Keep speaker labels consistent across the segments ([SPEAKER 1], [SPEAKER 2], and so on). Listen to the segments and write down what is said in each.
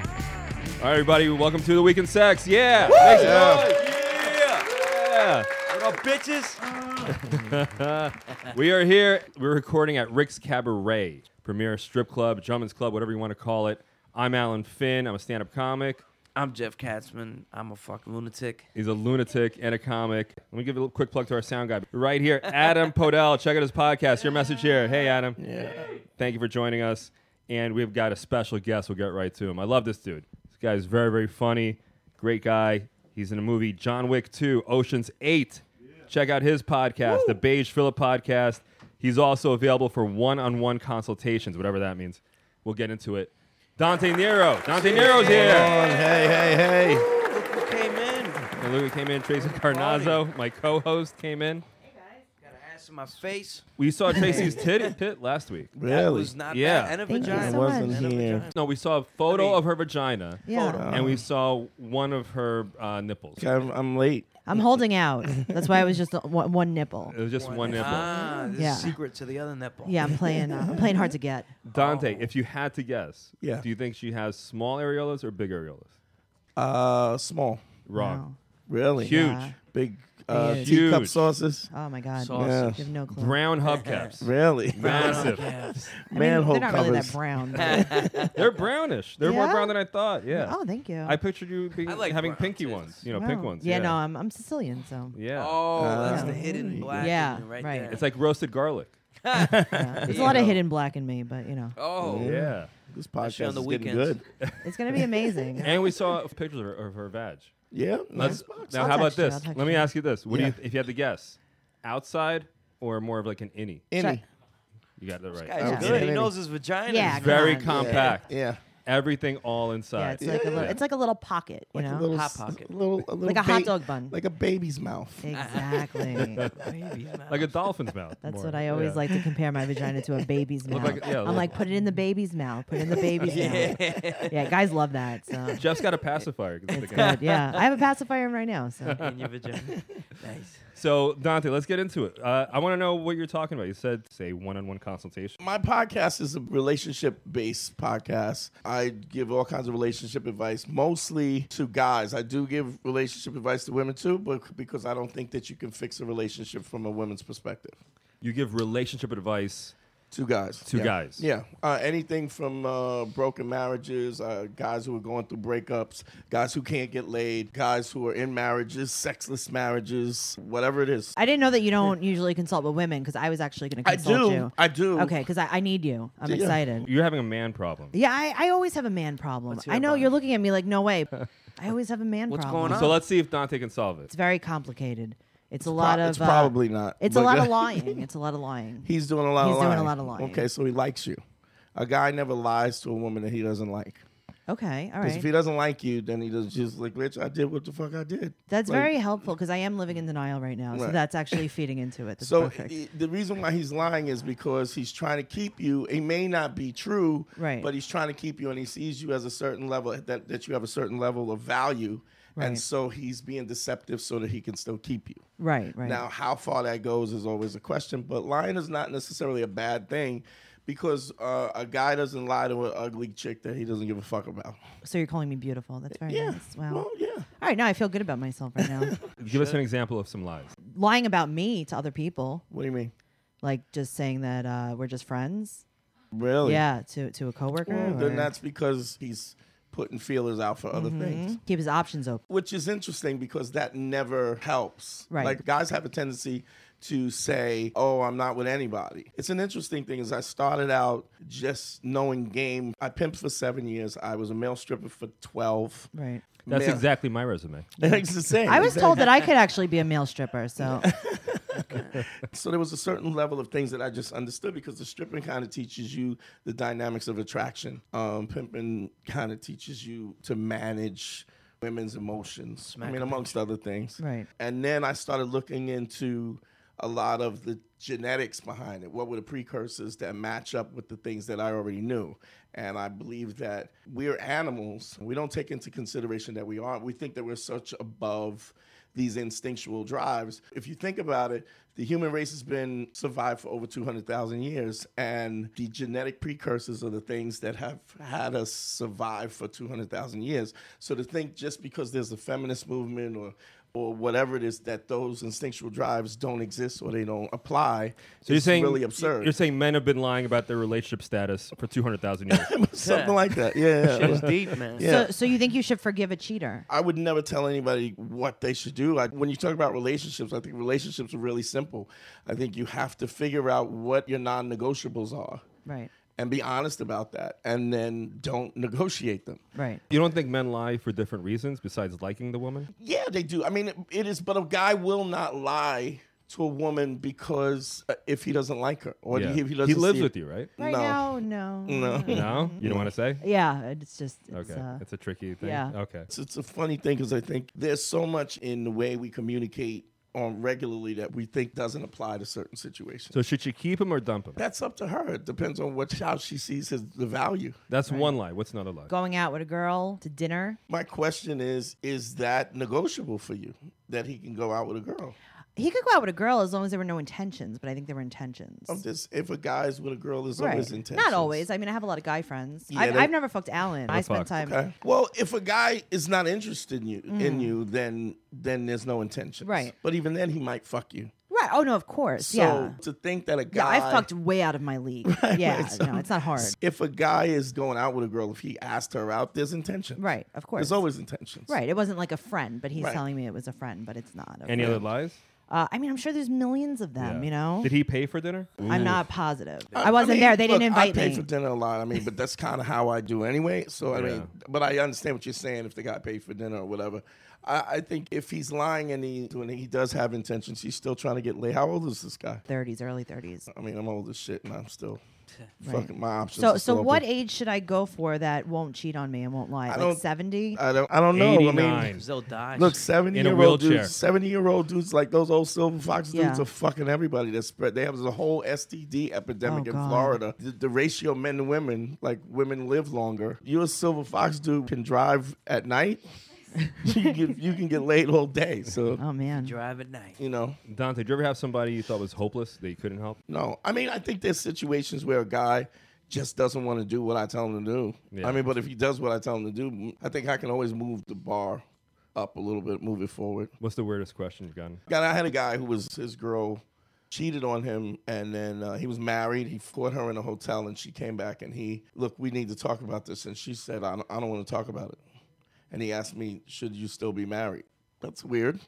[SPEAKER 1] All right, everybody, welcome to the Week in Sex. Yeah. Make some noise. Yeah.
[SPEAKER 2] What up, bitches?
[SPEAKER 1] We are here. We're recording at Rick's Cabaret, premier strip club, Drummond's Club, whatever you want to call it. I'm Alan Finn. I'm a stand up comic.
[SPEAKER 2] I'm Jeff Katzman. I'm a fucking lunatic.
[SPEAKER 1] He's a lunatic and a comic. Let me give a little quick plug to our sound guy right here, Adam Podell. Check out his podcast. Your message here. Hey, Adam. Yeah. Thank you for joining us. And we've got a special guest. We'll get right to him. I love this dude. This guy is very, very funny. Great guy. He's in a movie, John Wick 2, Ocean's 8. Check out his podcast, the Beige Phillip podcast. He's also available for one on one consultations, whatever that means. We'll get into it. Dante Nero. Dante Nero's here.
[SPEAKER 3] Hey, hey, hey.
[SPEAKER 2] Okay, man.
[SPEAKER 1] And Luca came in. Tracy Carnazzo, my co-host, came in.
[SPEAKER 2] Got an ass in my face.
[SPEAKER 1] We saw Tracy's titty pit last week.
[SPEAKER 2] That
[SPEAKER 3] Really?
[SPEAKER 2] was not
[SPEAKER 1] Yeah.
[SPEAKER 2] bad. And a
[SPEAKER 4] Thank you
[SPEAKER 2] vagina.
[SPEAKER 4] so
[SPEAKER 3] wasn't
[SPEAKER 4] much.
[SPEAKER 2] And a
[SPEAKER 3] here.
[SPEAKER 2] vagina.
[SPEAKER 1] No, we saw a photo
[SPEAKER 2] I mean-
[SPEAKER 1] of her vagina,
[SPEAKER 4] Yeah.
[SPEAKER 1] and we saw one of her uh, nipples.
[SPEAKER 3] I'm, I'm late.
[SPEAKER 4] I'm holding out. That's why it was just a- one, one nipple.
[SPEAKER 1] It was just one nipple.
[SPEAKER 2] Ah, this
[SPEAKER 4] Yeah.
[SPEAKER 2] is secret to the other nipple.
[SPEAKER 4] Yeah, I'm playing. uh, I'm playing hard to get.
[SPEAKER 1] Dante,
[SPEAKER 4] Oh.
[SPEAKER 1] if you had to guess,
[SPEAKER 3] Yeah.
[SPEAKER 1] do you think she has small areolas or big areolas?
[SPEAKER 3] Uh, small.
[SPEAKER 1] Wrong.
[SPEAKER 3] Really?
[SPEAKER 1] Huge.
[SPEAKER 4] Yeah.
[SPEAKER 3] Big uh,
[SPEAKER 4] Huge.
[SPEAKER 3] teacup
[SPEAKER 1] Huge.
[SPEAKER 3] sauces.
[SPEAKER 4] Oh my god.
[SPEAKER 3] Yeah.
[SPEAKER 4] You have no clue.
[SPEAKER 1] Brown hubcaps.
[SPEAKER 3] Really?
[SPEAKER 1] Massive.
[SPEAKER 4] I mean,
[SPEAKER 3] Manhole
[SPEAKER 4] they're not
[SPEAKER 3] covers.
[SPEAKER 4] really that brown. but-
[SPEAKER 1] They're brownish. They're more
[SPEAKER 4] Yeah?
[SPEAKER 1] brown than I thought. Yeah.
[SPEAKER 4] oh, thank you.
[SPEAKER 1] I pictured you being,
[SPEAKER 2] I like
[SPEAKER 1] having
[SPEAKER 2] brown
[SPEAKER 1] pinky
[SPEAKER 2] titties.
[SPEAKER 1] ones, you know,
[SPEAKER 4] Wow.
[SPEAKER 1] pink ones.
[SPEAKER 4] Yeah, no, I'm, I'm Sicilian, so
[SPEAKER 1] yeah.
[SPEAKER 2] Oh, that's
[SPEAKER 3] Ah.
[SPEAKER 2] the hidden black
[SPEAKER 4] Yeah,
[SPEAKER 2] in you right,
[SPEAKER 4] right.
[SPEAKER 2] there.
[SPEAKER 1] It's like roasted garlic.
[SPEAKER 4] yeah. there's a lot
[SPEAKER 2] Yeah.
[SPEAKER 4] of hidden black in me, but you know,
[SPEAKER 2] oh,
[SPEAKER 1] Yeah.
[SPEAKER 3] This
[SPEAKER 2] shit on
[SPEAKER 3] podcast
[SPEAKER 2] the
[SPEAKER 3] is getting
[SPEAKER 2] weekends.
[SPEAKER 3] good.
[SPEAKER 4] it's gonna be amazing.
[SPEAKER 1] And we saw pictures of her, of her vag.
[SPEAKER 3] Yeah.
[SPEAKER 1] Let's
[SPEAKER 3] Nice box.
[SPEAKER 1] now.
[SPEAKER 4] I'll
[SPEAKER 1] how about
[SPEAKER 4] text you, I'll
[SPEAKER 1] this?
[SPEAKER 4] text
[SPEAKER 1] Let me
[SPEAKER 4] you.
[SPEAKER 1] ask you this: What
[SPEAKER 3] Yeah.
[SPEAKER 1] do you, if you had to guess, outside or more of like an innie?
[SPEAKER 3] Any.
[SPEAKER 1] You got that right.
[SPEAKER 2] Guys,
[SPEAKER 4] Yeah.
[SPEAKER 2] good. He
[SPEAKER 3] Yeah.
[SPEAKER 2] knows his vagina. It's
[SPEAKER 4] Yeah, come
[SPEAKER 1] Very
[SPEAKER 4] on.
[SPEAKER 1] compact.
[SPEAKER 3] Yeah.
[SPEAKER 1] Everything all
[SPEAKER 4] yeah,
[SPEAKER 1] inside.
[SPEAKER 4] it's like a little,
[SPEAKER 1] Yeah.
[SPEAKER 4] it's like a little pocket, you
[SPEAKER 3] Like
[SPEAKER 4] know,
[SPEAKER 3] a little,
[SPEAKER 2] Hot
[SPEAKER 3] s-
[SPEAKER 2] pocket.
[SPEAKER 3] little, a little
[SPEAKER 4] like a hot
[SPEAKER 3] ba-
[SPEAKER 4] dog bun.
[SPEAKER 3] Like a baby's mouth.
[SPEAKER 4] exactly.
[SPEAKER 2] baby.
[SPEAKER 1] Like a dolphin's mouth.
[SPEAKER 4] That's
[SPEAKER 1] more.
[SPEAKER 4] what I always
[SPEAKER 1] Yeah.
[SPEAKER 4] like to compare my vagina to a baby's mouth.
[SPEAKER 1] like- yeah,
[SPEAKER 4] I'm
[SPEAKER 1] look-
[SPEAKER 4] like, put it in the baby's mouth. Put it in the baby's mouth. Yeah, guys love that. So
[SPEAKER 1] Jeff's got a pacifier. 'cause it's like a-
[SPEAKER 4] good. Yeah, I have a pacifier in right now. So
[SPEAKER 2] in your vagina. nice.
[SPEAKER 1] so Dante, let's get into it. Uh, I want to know what you're talking about. You said say one-on-one consultation.
[SPEAKER 3] My podcast is a relationship based podcast. I give all kinds of relationship advice, mostly to guys. I do give relationship advice to women too, but because I don't think that you can fix a relationship from a woman's perspective.
[SPEAKER 1] You give relationship advice.
[SPEAKER 3] Two guys.
[SPEAKER 1] Two
[SPEAKER 3] yeah.
[SPEAKER 1] guys.
[SPEAKER 3] Yeah. Uh, anything from uh, broken marriages, uh, guys who are going through breakups, guys who can't get laid, guys who are in marriages, sexless marriages, whatever it is.
[SPEAKER 4] I didn't know that you don't usually consult with women because I was actually going to
[SPEAKER 3] I
[SPEAKER 4] consult
[SPEAKER 3] do.
[SPEAKER 4] you.
[SPEAKER 3] I do.
[SPEAKER 4] Okay, because I, I need you. I'm
[SPEAKER 3] Yeah.
[SPEAKER 4] excited.
[SPEAKER 1] You're having a man problem.
[SPEAKER 4] Yeah, I, I always have a man problem.
[SPEAKER 2] hear
[SPEAKER 4] I know
[SPEAKER 2] about
[SPEAKER 4] you're
[SPEAKER 2] it.
[SPEAKER 4] looking at me like, no way. I always have a man
[SPEAKER 2] What's
[SPEAKER 4] problem.
[SPEAKER 2] going on?
[SPEAKER 1] So let's see if Dante can solve it.
[SPEAKER 4] It's very complicated. It's a lot of.
[SPEAKER 3] it's
[SPEAKER 4] uh,
[SPEAKER 3] probably not.
[SPEAKER 4] It's a
[SPEAKER 3] but-
[SPEAKER 4] lot of lying. It's a lot of lying.
[SPEAKER 3] He's doing a lot
[SPEAKER 4] He's
[SPEAKER 3] of
[SPEAKER 4] doing
[SPEAKER 3] lying.
[SPEAKER 4] a lot of lying.
[SPEAKER 3] Okay, so he likes you. A guy never lies to a woman that he doesn't like.
[SPEAKER 4] Okay, all
[SPEAKER 3] Because if he
[SPEAKER 4] right.
[SPEAKER 3] doesn't like you, then he does just like, bitch, I did what the fuck I did.
[SPEAKER 4] That's
[SPEAKER 3] Like,
[SPEAKER 4] very helpful because I am living in denial right now. So
[SPEAKER 3] Right.
[SPEAKER 4] that's actually feeding into it. That's
[SPEAKER 3] So
[SPEAKER 4] perfect.
[SPEAKER 3] i- the reason why he's lying is because he's trying to keep you. It may not be true,
[SPEAKER 4] Right.
[SPEAKER 3] but he's trying to keep you, and he sees you as a certain level that, that you have a certain level of value,
[SPEAKER 4] Right.
[SPEAKER 3] and so he's being deceptive so that he can still keep you.
[SPEAKER 4] Right, right.
[SPEAKER 3] Now, how far that goes is always a question, but lying is not necessarily a bad thing because uh, a guy doesn't lie to an ugly chick that he doesn't give a fuck about.
[SPEAKER 4] so you're calling me beautiful. That's very
[SPEAKER 3] Yeah.
[SPEAKER 4] nice. Wow.
[SPEAKER 3] Well, yeah.
[SPEAKER 4] All right, now I feel good about myself right now.
[SPEAKER 1] Give us an example of some lies.
[SPEAKER 4] Lying about me to other people,
[SPEAKER 3] What do you mean?
[SPEAKER 4] like just saying that uh, we're just friends.
[SPEAKER 3] Really?
[SPEAKER 4] Yeah, to to a coworker.
[SPEAKER 3] Well,
[SPEAKER 4] or
[SPEAKER 3] then that's because he's putting feelers out for other things.
[SPEAKER 4] keep his options open.
[SPEAKER 3] Which is interesting because that never helps.
[SPEAKER 4] Right.
[SPEAKER 3] Like guys have a tendency to say, "Oh, I'm not with anybody." It's an interesting thing. Is I started out just knowing game. I pimped for seven years. I was a male stripper for twelve.
[SPEAKER 4] Right.
[SPEAKER 1] That's
[SPEAKER 3] Male-
[SPEAKER 1] exactly my resume.
[SPEAKER 3] It's the same.
[SPEAKER 4] I was told that I could actually be a male stripper. So
[SPEAKER 3] So there was a certain level of things that I just understood because the stripping kind of teaches you the dynamics of attraction. Um, pimping kind of teaches you to manage women's emotions. I mean, amongst other things.
[SPEAKER 4] Right.
[SPEAKER 3] And then I started looking into a lot of the genetics behind it. What were the precursors that match up with the things that I already knew? And I believe that we're animals. We don't take into consideration that we aren't. We think that we're such above these instinctual drives. If you think about it, the human race has been survived for over 200,000 years, and the genetic precursors are the things that have had us survive for 200,000 years. So to think just because there's a feminist movement or or whatever it is that those instinctual drives don't exist or they don't apply,
[SPEAKER 1] So you're
[SPEAKER 3] is
[SPEAKER 1] saying
[SPEAKER 3] really absurd.
[SPEAKER 1] You're saying men have been lying about their relationship status for two hundred thousand years.
[SPEAKER 3] Something like that. Yeah.
[SPEAKER 2] Shit was deep, man.
[SPEAKER 3] Yeah.
[SPEAKER 4] So, so you think you should forgive a cheater?
[SPEAKER 3] I would never tell anybody what they should do. Like when you talk about relationships, I think relationships are really simple. I think you have to figure out what your non-negotiables are
[SPEAKER 4] Right.
[SPEAKER 3] and be honest about that, and then don't negotiate them.
[SPEAKER 4] Right.
[SPEAKER 1] you don't think men lie for different reasons besides liking the woman?
[SPEAKER 3] Yeah, they do. I mean, it, it is, but a guy will not lie to a woman because uh, if he doesn't like her or
[SPEAKER 1] Yeah.
[SPEAKER 3] if he doesn't,
[SPEAKER 1] he lives
[SPEAKER 3] see-
[SPEAKER 1] with you, right?
[SPEAKER 4] Right
[SPEAKER 3] No.
[SPEAKER 4] now, no.
[SPEAKER 3] No.
[SPEAKER 1] No, you don't want to say.
[SPEAKER 4] Yeah, it's just it's,
[SPEAKER 1] Okay,
[SPEAKER 4] uh,
[SPEAKER 1] it's a tricky thing.
[SPEAKER 4] yeah.
[SPEAKER 1] Okay.
[SPEAKER 3] It's, it's a funny thing because I think there's so much in the way we communicate on regularly that we think doesn't apply to certain situations.
[SPEAKER 1] So should she keep him or dump him?
[SPEAKER 3] That's up to her. It depends on what how she sees his, the value.
[SPEAKER 1] That's one lie. What's another lie?
[SPEAKER 4] going out with a girl to dinner.
[SPEAKER 3] My question is: Is that negotiable for you? That he can go out with a girl?
[SPEAKER 4] He could go out with a girl as long as there were no intentions, but I think there were intentions.
[SPEAKER 3] I'm just if a guy's with a girl, there's Oh, always intention.
[SPEAKER 4] Not always. I mean, I have a lot of guy friends.
[SPEAKER 3] Yeah,
[SPEAKER 4] I've,
[SPEAKER 3] they-
[SPEAKER 4] I've never fucked Alan. I spent
[SPEAKER 1] fucked.
[SPEAKER 4] time.
[SPEAKER 3] Okay. Well, if a guy is not interested in you, in you, then then there's no intention.
[SPEAKER 4] Mm. Right.
[SPEAKER 3] But even then, he might fuck you.
[SPEAKER 4] Right. Oh, no, of course.
[SPEAKER 3] So
[SPEAKER 4] yeah.
[SPEAKER 3] to think that a guy,
[SPEAKER 4] Yeah, I fucked way out of my league. yeah.
[SPEAKER 3] right, so-
[SPEAKER 4] no, it's not hard.
[SPEAKER 3] If a guy is going out with a girl, if he asked her out, there's intention.
[SPEAKER 4] Right. Of course.
[SPEAKER 3] There's always intentions.
[SPEAKER 4] Right. It wasn't like a friend, but he's
[SPEAKER 3] Right.
[SPEAKER 4] telling me it was a friend, but it's not.
[SPEAKER 1] Any
[SPEAKER 4] okay.
[SPEAKER 1] other lies?
[SPEAKER 4] Uh, I mean, I'm sure there's millions of them,
[SPEAKER 1] Yeah.
[SPEAKER 4] Um, you know?
[SPEAKER 1] Did he pay for dinner?
[SPEAKER 4] I'm
[SPEAKER 1] Ooh. Uh,
[SPEAKER 4] not positive. I, wasn't
[SPEAKER 3] mean,
[SPEAKER 4] there. They
[SPEAKER 3] look,
[SPEAKER 4] didn't invite
[SPEAKER 3] I pay
[SPEAKER 4] me.
[SPEAKER 3] for dinner a lot. I mean, but that's kind of how I do anyway. So I mean,
[SPEAKER 1] Yeah.
[SPEAKER 3] but I understand what you're saying. If the guy paid for dinner or whatever, I, I think if he's lying and he when he does have intentions, he's still trying to get laid. How old is this guy?
[SPEAKER 4] 30s, early
[SPEAKER 1] Uh,
[SPEAKER 4] 30s.
[SPEAKER 3] I mean, I'm old as shit, and I'm still
[SPEAKER 4] Right.
[SPEAKER 3] fucking my options.
[SPEAKER 4] So,
[SPEAKER 3] are
[SPEAKER 4] so
[SPEAKER 3] still
[SPEAKER 4] what
[SPEAKER 3] open.
[SPEAKER 4] age should I go for that won't cheat on me and won't lie? Like
[SPEAKER 3] don't-
[SPEAKER 4] 70?
[SPEAKER 3] I don't. I don't know. I mean.
[SPEAKER 1] 89.
[SPEAKER 2] They'll die.
[SPEAKER 3] Look, seventy
[SPEAKER 1] In a
[SPEAKER 3] year old
[SPEAKER 1] wheelchair.
[SPEAKER 3] dudes, seventy year old dudes like those old silver fox dudes
[SPEAKER 4] Yeah.
[SPEAKER 3] are fucking everybody. That spread. They have a whole STD epidemic
[SPEAKER 4] Oh,
[SPEAKER 3] in
[SPEAKER 4] God.
[SPEAKER 3] Florida. The, the ratio of men to women, like women live longer. You a silver fox dude can drive at night. you, can, you can get laid all day. So
[SPEAKER 4] oh, man.
[SPEAKER 2] drive at night.
[SPEAKER 3] you know,
[SPEAKER 1] Dante, did you ever have somebody you thought was hopeless that you couldn't help?
[SPEAKER 3] no. I mean, I think there's situations where a guy. Just doesn't want to do what I tell him to do.
[SPEAKER 1] Yeah.
[SPEAKER 3] I mean, but if he does what I tell him to do, I think I can always move the bar up a little bit, move it forward.
[SPEAKER 1] What's the weirdest question you've gotten?
[SPEAKER 3] God, I had a guy who was his girl cheated on him, and then uh, he was married. He caught her in a hotel, and she came back, and he look, we need to talk about this, and she said, I don't, I don't want to talk about it, and he asked me, should you still be married? That's weird.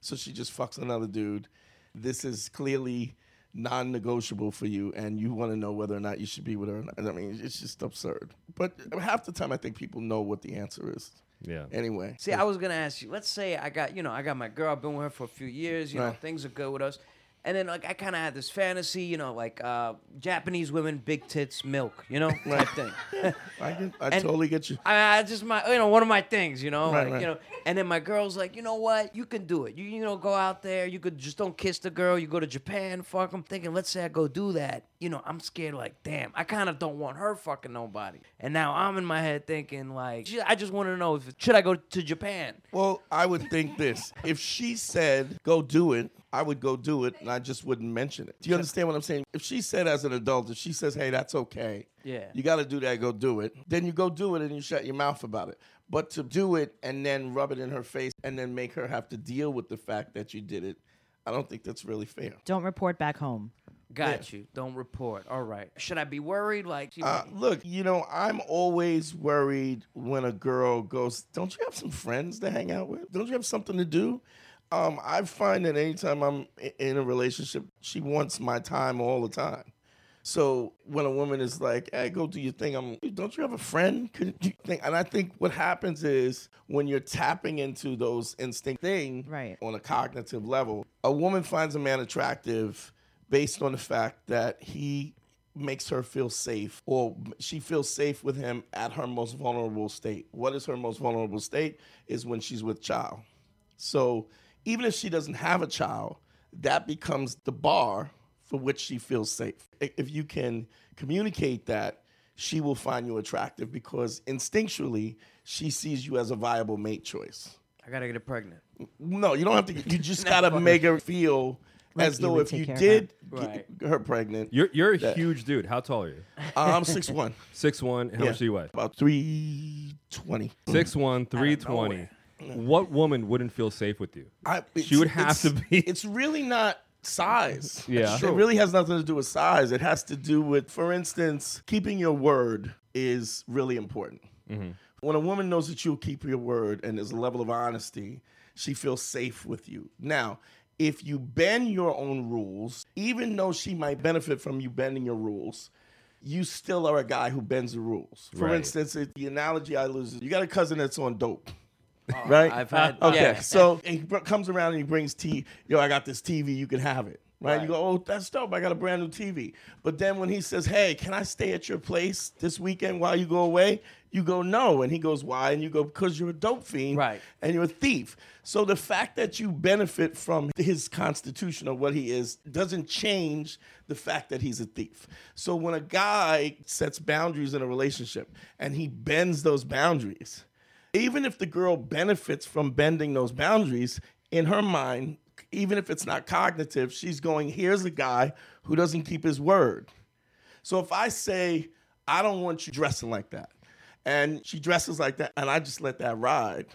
[SPEAKER 3] So she just fucks another dude. This is clearly non-negotiable for you, and you want to know whether or not you should be with her. or not. I mean, it's just absurd. But half the time, I think people know what the answer is.
[SPEAKER 1] Yeah.
[SPEAKER 3] Anyway,
[SPEAKER 2] See, I was gonna ask you. Let's say I got, you know, I got my girl. I've been with her for a few years. You know,
[SPEAKER 3] Right.
[SPEAKER 2] things are good with us. And then, like, I kind of had this fantasy, you know, like uh, Japanese women, big tits, milk, you know, type thing.
[SPEAKER 3] I, get, I totally get you.
[SPEAKER 2] I, I just my, you know, one of my things, you know,
[SPEAKER 3] Right,
[SPEAKER 2] like,
[SPEAKER 3] right.
[SPEAKER 2] you know. And then my girl's like, you know what, you can do it. You, you know, go out there. You could just don't kiss the girl. You go to Japan, fuck. I'm thinking, let's say I go do that. You know, I'm scared. Like, damn, I kind of don't want her fucking nobody. And now I'm in my head thinking, like, shit, I just want to know if should I go to Japan.
[SPEAKER 3] Well, I would think this. If she said, go do it, I would go do it and I just wouldn't mention it. Do you understand what I'm saying? If she said, as an adult, if she says, hey, that's okay,
[SPEAKER 2] Yeah.
[SPEAKER 3] you got to do that, go do it, then you go do it and you shut your mouth about it. But to do it and then rub it in her face and then make her have to deal with the fact that you did it, I don't think that's really fair.
[SPEAKER 4] Don't report back home.
[SPEAKER 2] Got you. Don't report. All right. Should I be worried? Like, she-
[SPEAKER 3] Uh, look, you know, I'm always worried when a girl goes, Don't you have some friends to hang out with? Don't you have something to do? Um, I find that anytime I'm i- in a relationship, she wants my time all the time. So when a woman is like, "Hey, go do your thing," I'm, "Dude, "Don't you have a friend?" Could you think? And I think what happens is when you're tapping into those instinct thing
[SPEAKER 4] Right.
[SPEAKER 3] on a cognitive level, a woman finds a man attractive based on the fact that he makes her feel safe or she feels safe with him at her most vulnerable state. What is her most vulnerable state is when she's with child. So even if she doesn't have a child, that becomes the bar for which she feels safe. I- If you can communicate that, she will find you attractive because instinctually she sees you as a viable mate choice.
[SPEAKER 2] I gotta get her pregnant.
[SPEAKER 3] No, you don't have to. You just gotta make her feel as
[SPEAKER 4] you
[SPEAKER 3] though
[SPEAKER 4] would
[SPEAKER 3] if
[SPEAKER 4] take
[SPEAKER 3] you
[SPEAKER 4] care of
[SPEAKER 3] did
[SPEAKER 2] her.
[SPEAKER 3] get her pregnant.
[SPEAKER 1] You're you're a
[SPEAKER 3] Yeah.
[SPEAKER 1] huge dude. How tall are you?
[SPEAKER 3] I'm six one.
[SPEAKER 1] Six one. How much do you weigh?
[SPEAKER 3] About three twenty.
[SPEAKER 1] Six one, three twenty. Mm. What woman wouldn't feel safe with you? She would have to be.
[SPEAKER 3] It's really not size.
[SPEAKER 1] Yeah.
[SPEAKER 3] It really has nothing to do with size. It has to do with, for instance, keeping your word is really important.
[SPEAKER 1] Mm-hmm.
[SPEAKER 3] When a woman knows that you'll keep your word and there's a level of honesty, she feels safe with you. Now, if you bend your own rules, even though she might benefit from you bending your rules, you still are a guy who bends the rules. For
[SPEAKER 1] Right.
[SPEAKER 3] instance, it, the analogy I lose is you got a cousin that's on dope, right?
[SPEAKER 2] Uh, I've had
[SPEAKER 3] Okay,
[SPEAKER 2] yeah.
[SPEAKER 3] so he br- comes around and he brings tea. Yo, I got this TV. You can have it. Right? You go, oh, that's dope. I got a brand new TV. But then when he says, hey, can I stay at your place this weekend while you go away? You go, no. And he goes, why? And you go, because you're a dope fiend.
[SPEAKER 2] Right.
[SPEAKER 3] And you're a thief. So the fact that you benefit from his constitution or what he is doesn't change the fact that he's a thief. So when a guy sets boundaries in a relationship and he bends those boundaries, even if the girl benefits from bending those boundaries in her mind even if it's not cognitive she's going here's a guy who doesn't keep his word so if i say i don't want you dressing like that and she dresses like that and i just let that ride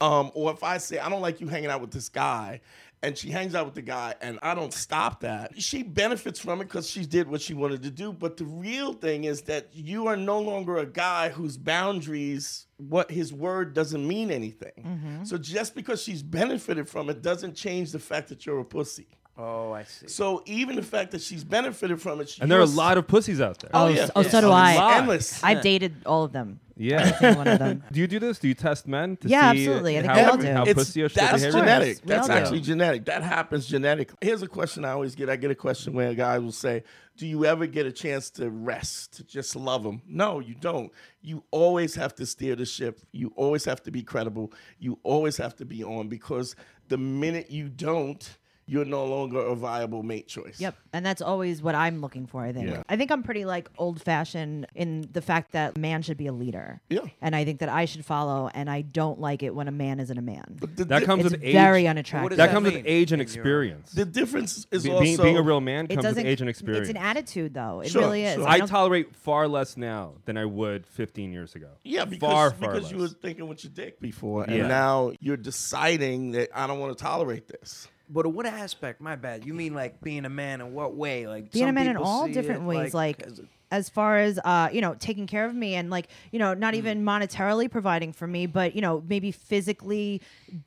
[SPEAKER 3] um, or if i say i don't like you hanging out with this guy and she hangs out with the guy and i don't stop that she benefits from it because she did what she wanted to do but the real thing is that you are no longer a guy whose boundaries what his word doesn't mean anything so just because she's benefited from it doesn't change the fact that you're a pussy
[SPEAKER 2] Oh, I see.
[SPEAKER 3] so even the fact that she's benefited from it
[SPEAKER 1] And there are a
[SPEAKER 3] you're-
[SPEAKER 1] lot of pussies out there.
[SPEAKER 4] Oh,
[SPEAKER 3] yeah.
[SPEAKER 4] s- oh, so do
[SPEAKER 1] A
[SPEAKER 4] I.
[SPEAKER 1] lot.
[SPEAKER 3] endless
[SPEAKER 4] I've dated all of them.
[SPEAKER 1] yeah.
[SPEAKER 4] Every one of them.
[SPEAKER 1] Do you do this? Do you test men to
[SPEAKER 4] Yeah,
[SPEAKER 1] see
[SPEAKER 4] absolutely. I think
[SPEAKER 1] how,
[SPEAKER 4] we all do.
[SPEAKER 1] how
[SPEAKER 3] It's-
[SPEAKER 1] pussy or shit
[SPEAKER 3] that's
[SPEAKER 1] behavior?
[SPEAKER 4] genetic.
[SPEAKER 3] genetic.
[SPEAKER 4] We all
[SPEAKER 3] That's
[SPEAKER 4] do.
[SPEAKER 3] actually genetic. That happens genetically. Here's a question I always get. I get a question where a guy will say, "Do you ever get a chance to rest, to just love him?" No, you don't. You always have to steer the ship. You always have to be credible. You always have to be on because the minute you don't, you're no longer a viable mate choice.
[SPEAKER 4] Yep. And that's always what I'm looking for, I think.
[SPEAKER 1] Yeah.
[SPEAKER 4] I think I'm pretty like old fashioned in the fact that man should be a leader.
[SPEAKER 3] Yeah.
[SPEAKER 4] And I think that I should follow and I don't like it when a man isn't a man.
[SPEAKER 3] The
[SPEAKER 1] That
[SPEAKER 3] di-
[SPEAKER 1] comes
[SPEAKER 4] It's
[SPEAKER 1] with age.
[SPEAKER 4] very
[SPEAKER 2] What
[SPEAKER 4] unattractive.
[SPEAKER 2] does
[SPEAKER 1] that
[SPEAKER 2] that
[SPEAKER 1] comes
[SPEAKER 2] mean?
[SPEAKER 1] with age and
[SPEAKER 2] In your-
[SPEAKER 1] experience.
[SPEAKER 3] The difference is
[SPEAKER 1] Be-
[SPEAKER 3] also
[SPEAKER 1] being, being a real man
[SPEAKER 4] it
[SPEAKER 1] comes with
[SPEAKER 4] doesn't
[SPEAKER 1] age and experience.
[SPEAKER 4] It's an attitude though. It
[SPEAKER 3] Sure,
[SPEAKER 4] really is.
[SPEAKER 3] sure.
[SPEAKER 1] I
[SPEAKER 4] don't-
[SPEAKER 1] tolerate far less now than I would 15 years ago.
[SPEAKER 3] Yeah, because,
[SPEAKER 1] far, far
[SPEAKER 3] because
[SPEAKER 1] less.
[SPEAKER 3] you were thinking with your dick before, and
[SPEAKER 1] Yeah.
[SPEAKER 3] now you're deciding that I don't want to tolerate this.
[SPEAKER 2] But what aspect? My bad. You mean like being a man in what way? Like
[SPEAKER 4] being
[SPEAKER 2] some
[SPEAKER 4] a man in
[SPEAKER 2] people
[SPEAKER 4] all
[SPEAKER 2] see
[SPEAKER 4] different
[SPEAKER 2] it
[SPEAKER 4] ways like,
[SPEAKER 2] as a-
[SPEAKER 4] as far as uh, you know taking care of me and like you know not even monetarily providing for me but you know maybe physically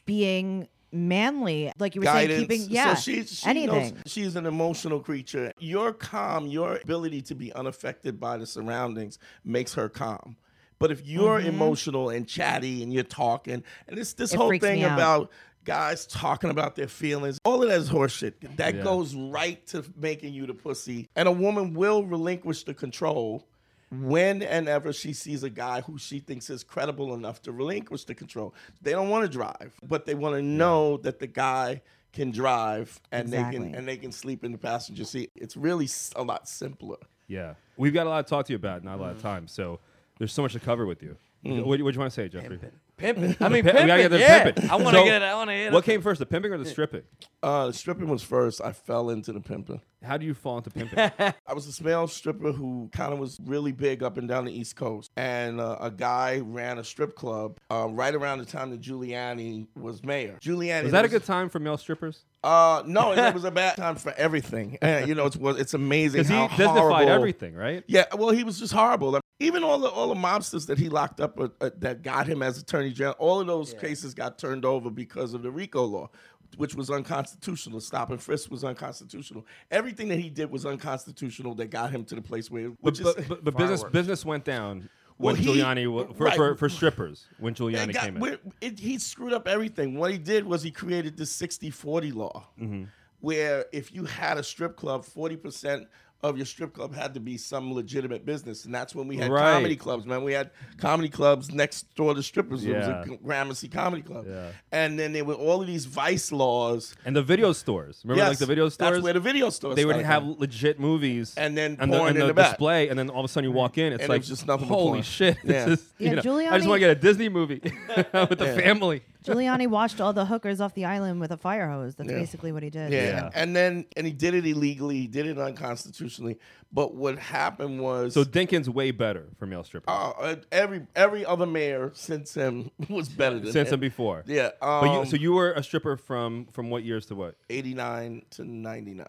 [SPEAKER 4] being manly like you were saying keeping yeah
[SPEAKER 3] So she, she
[SPEAKER 4] anything
[SPEAKER 3] Knows she's an emotional creature. Your calm, your ability to be unaffected by the surroundings makes her calm. But if you're emotional and chatty and you're talking, and it's this
[SPEAKER 4] Mm-hmm. It
[SPEAKER 3] whole
[SPEAKER 4] freaks
[SPEAKER 3] thing
[SPEAKER 4] me out.
[SPEAKER 3] about guys talking about their feelings, all of that is horseshit. That
[SPEAKER 1] Yeah.
[SPEAKER 3] goes right to making you the pussy. And a woman will relinquish the control when and ever she sees a guy who she thinks is credible enough to relinquish the control. They don't want to drive, but they want to know that the guy can drive and they
[SPEAKER 4] Exactly.
[SPEAKER 3] can and they can sleep in the passenger seat. It's really s- a lot simpler.
[SPEAKER 1] Yeah. We've got a lot to talk to you about, not a lot of time. So there's so much to cover with you. What, do
[SPEAKER 4] Mm.
[SPEAKER 1] you- what do you want to say, Jeffrey?
[SPEAKER 2] pimping. I mean,
[SPEAKER 1] Pi-
[SPEAKER 2] pimping.
[SPEAKER 1] we gotta get the
[SPEAKER 2] yeah.
[SPEAKER 1] pimping.
[SPEAKER 2] I want to
[SPEAKER 1] So,
[SPEAKER 2] get. I want to hit.
[SPEAKER 1] What
[SPEAKER 2] it.
[SPEAKER 1] came first, the pimping or the stripping?
[SPEAKER 3] Uh, the stripping was first. I fell into the pimping.
[SPEAKER 1] How do you fall into pimping?
[SPEAKER 3] I was a male stripper who kind of was really big up and down the East Coast. And uh, a guy ran a strip club uh, right around the time that Giuliani was mayor. Giuliani
[SPEAKER 1] Is that a
[SPEAKER 3] was-
[SPEAKER 1] good time for male strippers?
[SPEAKER 3] Uh, no, it was a bad time for everything. Uh, you know, it's well, it's amazing
[SPEAKER 1] Because he
[SPEAKER 3] how
[SPEAKER 1] dignified
[SPEAKER 3] horrible.
[SPEAKER 1] everything, right?
[SPEAKER 3] Yeah, well, he was just horrible. Like, even all the all the mobsters that he locked up uh, uh, that got him as attorney general, all of those cases got turned over because of the RICO law, which was unconstitutional. Stop and frisk was unconstitutional. Everything that he did was unconstitutional that got him to the place where, which
[SPEAKER 1] But, but,
[SPEAKER 3] is
[SPEAKER 1] but, but business
[SPEAKER 2] Fireworks.
[SPEAKER 1] business went down
[SPEAKER 3] Well,
[SPEAKER 1] when
[SPEAKER 3] he-
[SPEAKER 1] Giuliani wa- for,
[SPEAKER 3] right.
[SPEAKER 1] for, for strippers when
[SPEAKER 3] It
[SPEAKER 1] Giuliani
[SPEAKER 3] got-
[SPEAKER 1] came in.
[SPEAKER 3] we're- it- he screwed up everything. What he did was he created this 60-40 law
[SPEAKER 1] Mm-hmm.
[SPEAKER 3] where if you had a strip club, 40% of your strip club had to be some legitimate business. And that's when we had
[SPEAKER 1] Right.
[SPEAKER 3] comedy clubs, man. We had comedy clubs next door to strippers. It was
[SPEAKER 1] Yeah.
[SPEAKER 3] a g- Gramercy Comedy Club.
[SPEAKER 1] Yeah.
[SPEAKER 3] And then there were all of these vice laws.
[SPEAKER 1] And the video stores. Remember like
[SPEAKER 3] Yes,
[SPEAKER 1] the video stores?
[SPEAKER 3] That's where the video stores
[SPEAKER 1] they would
[SPEAKER 3] started
[SPEAKER 1] have
[SPEAKER 3] from.
[SPEAKER 1] legit movies
[SPEAKER 3] And then
[SPEAKER 1] and the,
[SPEAKER 3] porn
[SPEAKER 1] and
[SPEAKER 3] in
[SPEAKER 1] the
[SPEAKER 3] the back.
[SPEAKER 1] display, and then all of a sudden you walk in, it's
[SPEAKER 3] And
[SPEAKER 1] like
[SPEAKER 3] it's just nothing but
[SPEAKER 1] holy
[SPEAKER 3] porn.
[SPEAKER 1] shit.
[SPEAKER 3] Yeah.
[SPEAKER 1] This is,
[SPEAKER 4] Yeah,
[SPEAKER 1] you know, I just want to
[SPEAKER 4] Giuliani-
[SPEAKER 1] get a Disney movie with the family.
[SPEAKER 4] Giuliani washed all the hookers off the island with a fire hose. That's
[SPEAKER 3] Yeah.
[SPEAKER 4] basically what he did.
[SPEAKER 3] Yeah.
[SPEAKER 1] Yeah.
[SPEAKER 3] And then, and he did it illegally. He did it unconstitutionally. But what happened was.
[SPEAKER 1] So Dinkins way better for male strippers
[SPEAKER 3] uh, uh, every every other mayor since him was better than
[SPEAKER 1] since
[SPEAKER 3] him.
[SPEAKER 1] and before.
[SPEAKER 3] Yeah. Um,
[SPEAKER 1] But you, so you were a stripper from from what years to what?
[SPEAKER 3] 89 to 99.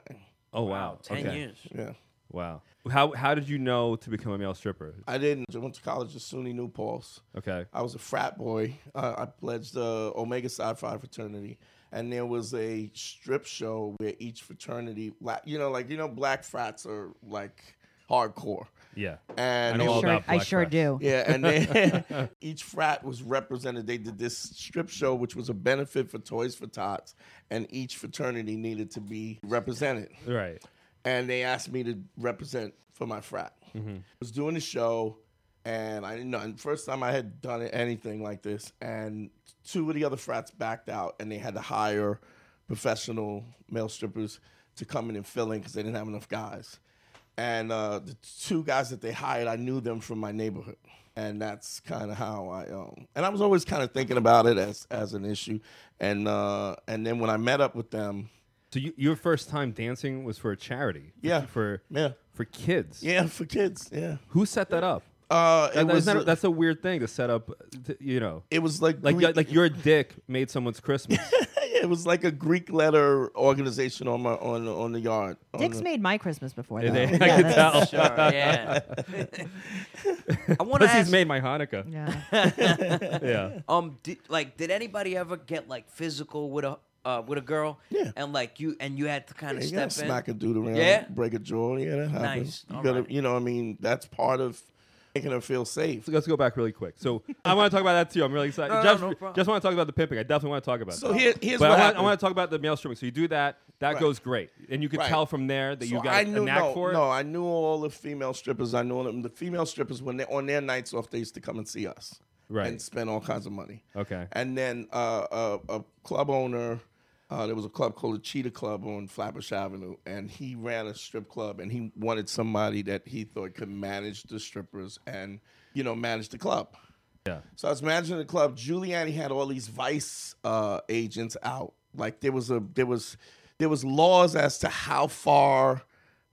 [SPEAKER 1] Oh wow,
[SPEAKER 2] Ten
[SPEAKER 1] Okay.
[SPEAKER 2] years.
[SPEAKER 3] Yeah.
[SPEAKER 1] Wow. How how did you know to become a male stripper?
[SPEAKER 3] I didn't. I went to college at SUNY New Paltz.
[SPEAKER 1] Okay.
[SPEAKER 3] I was a frat boy. Uh, I pledged the Omega Psi Phi fraternity. And there was a strip show where each fraternity, like, you know, like, you know, black frats are like hardcore.
[SPEAKER 1] Yeah.
[SPEAKER 3] And
[SPEAKER 1] I
[SPEAKER 3] they
[SPEAKER 1] know all
[SPEAKER 3] were-
[SPEAKER 4] Sure,
[SPEAKER 1] about
[SPEAKER 4] I
[SPEAKER 1] black
[SPEAKER 4] sure
[SPEAKER 1] press.
[SPEAKER 4] do.
[SPEAKER 3] Yeah, and then each frat was represented. They did this strip show, which was a benefit for Toys for Tots, and each fraternity needed to be represented.
[SPEAKER 1] Right.
[SPEAKER 3] And they asked me to represent for my frat.
[SPEAKER 1] Mm-hmm.
[SPEAKER 3] I was doing the show, and I didn't know. And first time I had done anything like this, and two of the other frats backed out, and they had to hire professional male strippers to come in and fill in because they didn't have enough guys and uh, the two guys that they hired, I knew them from my neighborhood, and that's kind of how I. Um, and I was always kind of thinking about it as as an issue, and uh, and then when I met up with them,
[SPEAKER 1] So you, your first time dancing was for a charity.
[SPEAKER 3] Yeah.
[SPEAKER 1] For
[SPEAKER 3] yeah,
[SPEAKER 1] for kids.
[SPEAKER 3] yeah, for kids, yeah.
[SPEAKER 1] Who set that up?
[SPEAKER 3] Uh, it
[SPEAKER 1] That- that's,
[SPEAKER 3] was
[SPEAKER 1] not a- that's a weird thing to set up. uh, To, you know,
[SPEAKER 3] it was like
[SPEAKER 1] like
[SPEAKER 3] Greek-
[SPEAKER 1] like your dick made someone's Christmas.
[SPEAKER 3] it was like a Greek letter organization on my on on the yard. on
[SPEAKER 4] Dick's
[SPEAKER 3] the-
[SPEAKER 4] made my Christmas before.
[SPEAKER 1] Yeah,
[SPEAKER 4] Though.
[SPEAKER 1] they- I
[SPEAKER 4] Yeah,
[SPEAKER 1] could
[SPEAKER 4] that's-
[SPEAKER 1] tell.
[SPEAKER 2] Sure, yeah. I want to
[SPEAKER 1] Plus, he's
[SPEAKER 2] ask.
[SPEAKER 1] made my Hanukkah.
[SPEAKER 4] yeah.
[SPEAKER 1] Yeah.
[SPEAKER 2] um, did, like, did anybody ever get like physical with a uh, with a girl?
[SPEAKER 3] Yeah.
[SPEAKER 2] And like you and you had to kind of
[SPEAKER 3] Yeah, you
[SPEAKER 2] step
[SPEAKER 3] gotta
[SPEAKER 2] in.
[SPEAKER 3] smack a dude around,
[SPEAKER 2] Yeah?
[SPEAKER 3] break a jaw, yeah, that
[SPEAKER 2] Nice,
[SPEAKER 3] happens. You
[SPEAKER 2] all
[SPEAKER 3] gotta,
[SPEAKER 2] right.
[SPEAKER 3] you know, I mean, that's part of making her feel safe.
[SPEAKER 1] Let's go back really quick. So I want to talk about that too. I'm really excited.
[SPEAKER 2] No, no,
[SPEAKER 1] just
[SPEAKER 2] no problem.
[SPEAKER 1] just want to talk about the pimping. I definitely want to talk about.
[SPEAKER 3] So
[SPEAKER 1] that.
[SPEAKER 3] here- here's
[SPEAKER 1] Uh, but I
[SPEAKER 3] what
[SPEAKER 1] want, I
[SPEAKER 3] happened.
[SPEAKER 1] want to talk about the male stripping. So you do that. That
[SPEAKER 3] Right.
[SPEAKER 1] goes great, and you can
[SPEAKER 3] Right.
[SPEAKER 1] tell from there that
[SPEAKER 3] So
[SPEAKER 1] you got
[SPEAKER 3] I
[SPEAKER 1] a
[SPEAKER 3] knew,
[SPEAKER 1] knack
[SPEAKER 3] no,
[SPEAKER 1] for it.
[SPEAKER 3] No, I knew all the female strippers. I knew all them. The female strippers when they on their nights off, they used to come and see us,
[SPEAKER 1] Right.
[SPEAKER 3] And spend all kinds of money.
[SPEAKER 1] Okay.
[SPEAKER 3] And then uh, a, a club owner, uh, there was a club called the Cheetah Club on Flappish Avenue, and he ran a strip club, and he wanted somebody that he thought could manage the strippers and you know manage the club.
[SPEAKER 1] Yeah.
[SPEAKER 3] So I was managing the club. Giuliani had all these vice uh, agents out. Like there was a there was there was laws as to how far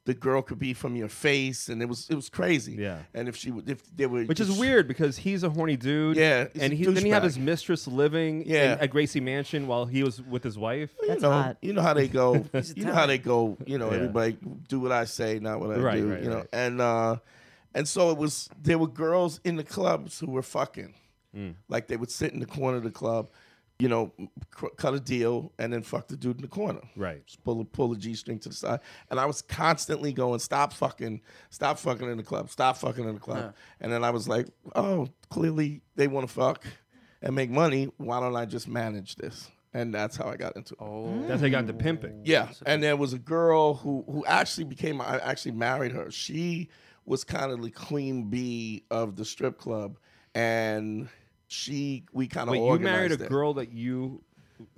[SPEAKER 3] the girl could be from your face, and it was it was crazy.
[SPEAKER 1] Yeah.
[SPEAKER 3] And if she would if there were
[SPEAKER 1] Which is weird because he's a horny dude.
[SPEAKER 3] Yeah, he's
[SPEAKER 1] And
[SPEAKER 3] a
[SPEAKER 1] he, then he had
[SPEAKER 3] douchebag.
[SPEAKER 1] his mistress living
[SPEAKER 3] Yeah.
[SPEAKER 1] in, at Gracie Mansion while he was with his wife.
[SPEAKER 3] You
[SPEAKER 4] That's
[SPEAKER 3] know,
[SPEAKER 4] hot.
[SPEAKER 3] you know how they go.
[SPEAKER 2] a
[SPEAKER 3] you know
[SPEAKER 2] talent.
[SPEAKER 3] how they go. You know,
[SPEAKER 1] Yeah.
[SPEAKER 3] everybody do what I say, not what I
[SPEAKER 1] Right,
[SPEAKER 3] do.
[SPEAKER 1] right,
[SPEAKER 3] you know,
[SPEAKER 1] right.
[SPEAKER 3] and uh, and so it was. There were girls in the clubs who were fucking.
[SPEAKER 1] Mm.
[SPEAKER 3] Like they would sit in the corner of the club, you know, cr- cut a deal, and then fuck the dude in the corner.
[SPEAKER 1] Right.
[SPEAKER 3] Just pull a pull a g string to the side, and I was constantly going, "Stop fucking, stop fucking in the club, stop fucking in the club." And then I was like, "Oh, clearly they want to fuck and make money. Why don't I just manage this?" And that's how I got into it.
[SPEAKER 2] Oh.
[SPEAKER 1] That's how he got into pimping.
[SPEAKER 3] Yeah, and there was a girl who who actually became I actually married her. She was kind of the queen bee of the strip club, and she we kind of
[SPEAKER 1] Wait, you
[SPEAKER 3] organized
[SPEAKER 1] married a
[SPEAKER 3] it.
[SPEAKER 1] girl that you,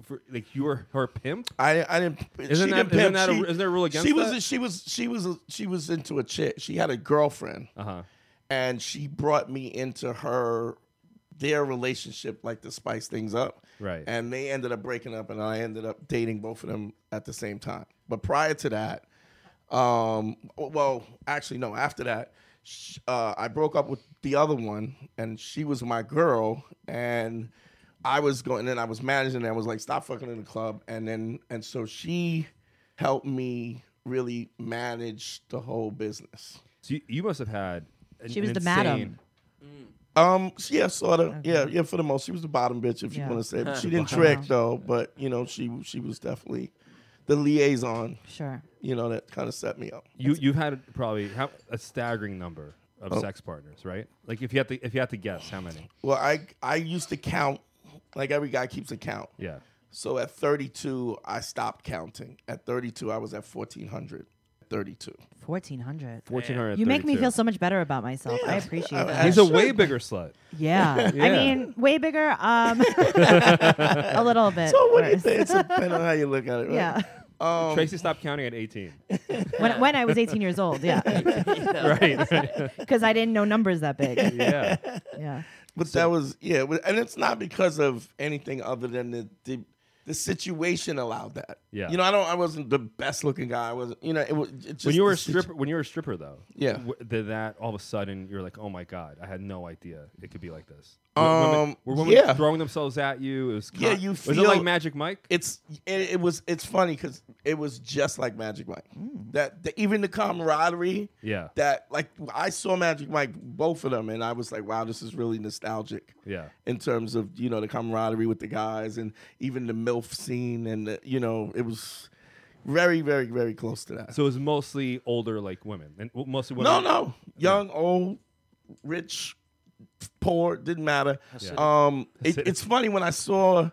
[SPEAKER 1] for, like you were her pimp?
[SPEAKER 3] I I didn't.
[SPEAKER 1] Isn't
[SPEAKER 3] she
[SPEAKER 1] that-
[SPEAKER 3] didn't
[SPEAKER 1] isn't
[SPEAKER 3] pimp.
[SPEAKER 1] that a-
[SPEAKER 3] She-
[SPEAKER 1] isn't there a rule against
[SPEAKER 3] She was
[SPEAKER 1] that?
[SPEAKER 3] she was she was she was into a chick. She had a girlfriend,
[SPEAKER 1] Uh huh.
[SPEAKER 3] and she brought me into her their relationship like to spice things up.
[SPEAKER 1] Right.
[SPEAKER 3] And they ended up breaking up, and I ended up dating both of them at the same time. But prior to that, um, well, actually, no. After that, sh- uh, I broke up with the other one, and she was my girl, and I was going, and then I was managing, and I was like, stop fucking in the club, and then, and so she helped me really manage the whole business.
[SPEAKER 1] So you, you must have had. An,
[SPEAKER 4] She
[SPEAKER 1] an
[SPEAKER 4] was the
[SPEAKER 1] insane,
[SPEAKER 4] madam.
[SPEAKER 3] Um, she- yeah, sort of. Yeah, yeah, for the most. She was the bottom bitch, if
[SPEAKER 4] Mm-hmm. Yeah.
[SPEAKER 3] you want to say. But she didn't trick though. But you know, she she was definitely the liaison.
[SPEAKER 4] Sure.
[SPEAKER 3] You know, that kind of set me up.
[SPEAKER 1] You you've had probably how, a staggering number of
[SPEAKER 3] Oh.
[SPEAKER 1] sex partners, right? Like if you had to if you had to guess how many?
[SPEAKER 3] Well, I I used to count. Like every guy keeps a count.
[SPEAKER 1] Yeah.
[SPEAKER 3] So at 32, I stopped counting. At 32, I was at 1400. 32.
[SPEAKER 4] 1400.
[SPEAKER 1] Fourteen hundred.
[SPEAKER 4] You make me feel so much better about myself. I appreciate
[SPEAKER 3] I-
[SPEAKER 4] that.
[SPEAKER 3] Oh, I-
[SPEAKER 1] He's a way bigger slut.
[SPEAKER 4] yeah. I
[SPEAKER 1] Yeah.
[SPEAKER 4] mean, way bigger. Um, a little bit.
[SPEAKER 3] So what do you
[SPEAKER 4] worse.
[SPEAKER 3] think? It's depending on how you look at it. right?
[SPEAKER 4] Yeah.
[SPEAKER 3] Um,
[SPEAKER 1] Tracy stopped counting at 18.
[SPEAKER 4] when, when I was 18 years old, yeah,
[SPEAKER 1] right, right.
[SPEAKER 4] because I didn't know numbers that big.
[SPEAKER 1] Yeah.
[SPEAKER 4] Yeah,
[SPEAKER 3] But that was yeah, but- and it's not because of anything other than the, the the situation allowed that.
[SPEAKER 1] Yeah.
[SPEAKER 3] you know, I don't. I wasn't the best looking guy. I wasn't. You know, it was it just
[SPEAKER 1] when you were
[SPEAKER 3] the
[SPEAKER 1] a
[SPEAKER 3] situ-
[SPEAKER 1] stripper, when you were a stripper though,
[SPEAKER 3] Yeah.
[SPEAKER 1] w- did that all of a sudden you're like, oh my god, I had no idea it could be like this.
[SPEAKER 3] Um,
[SPEAKER 1] women, were women
[SPEAKER 3] yeah.
[SPEAKER 1] throwing themselves at you? It was
[SPEAKER 3] Yeah, you
[SPEAKER 1] was it like
[SPEAKER 3] feel-
[SPEAKER 1] Magic Mike?
[SPEAKER 3] It's it, it was it's funny because it was just like Magic Mike. That the, even the camaraderie.
[SPEAKER 1] Mm. Yeah.
[SPEAKER 3] That like I saw Magic Mike both of them, and I was like, wow, this is really nostalgic.
[SPEAKER 1] Yeah.
[SPEAKER 3] In terms of you know the camaraderie with the guys and even the milf scene, and the, you know it was very very very close to that.
[SPEAKER 1] so it was mostly older like women and well, mostly women.
[SPEAKER 3] No, no. Young, old, rich, poor, didn't matter. Um, it,
[SPEAKER 1] it.
[SPEAKER 3] it's funny when I saw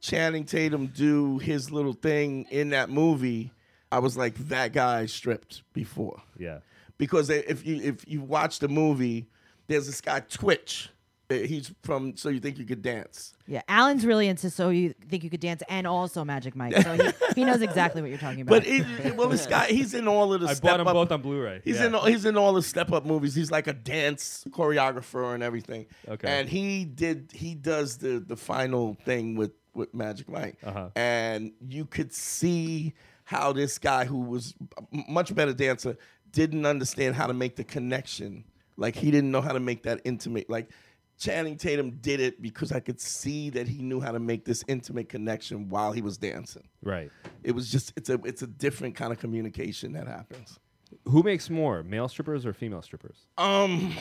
[SPEAKER 3] Channing Tatum do his little thing in that movie, I was like, that guy stripped before.
[SPEAKER 1] Yeah.
[SPEAKER 3] Because they- if you if you watch the movie, there's this guy Twitch. Uh, He's from So You Think You Could Dance.
[SPEAKER 4] yeah. Alan's really into so you think you could dance and also Magic Mike, so he, he knows exactly what you're talking about.
[SPEAKER 3] But it, well, this guy he's in all of the
[SPEAKER 1] I
[SPEAKER 3] step
[SPEAKER 1] bought them
[SPEAKER 3] up.
[SPEAKER 1] both on Blu-ray.
[SPEAKER 3] He's
[SPEAKER 1] yeah.
[SPEAKER 3] in all, he's in all the step up movies. He's like a dance choreographer and everything.
[SPEAKER 1] Okay.
[SPEAKER 3] And he did he does the the final thing with with Magic Mike.
[SPEAKER 1] Uh-huh.
[SPEAKER 3] And you could see how this guy who was a much better dancer didn't understand how to make the connection. Like he didn't know how to make that intimate. Like Channing Tatum did it because I could see that he knew how to make this intimate connection while he was dancing.
[SPEAKER 1] right.
[SPEAKER 3] It was just it's a it's a different kind of communication that happens.
[SPEAKER 1] Who makes more, male strippers or female strippers?
[SPEAKER 3] Um,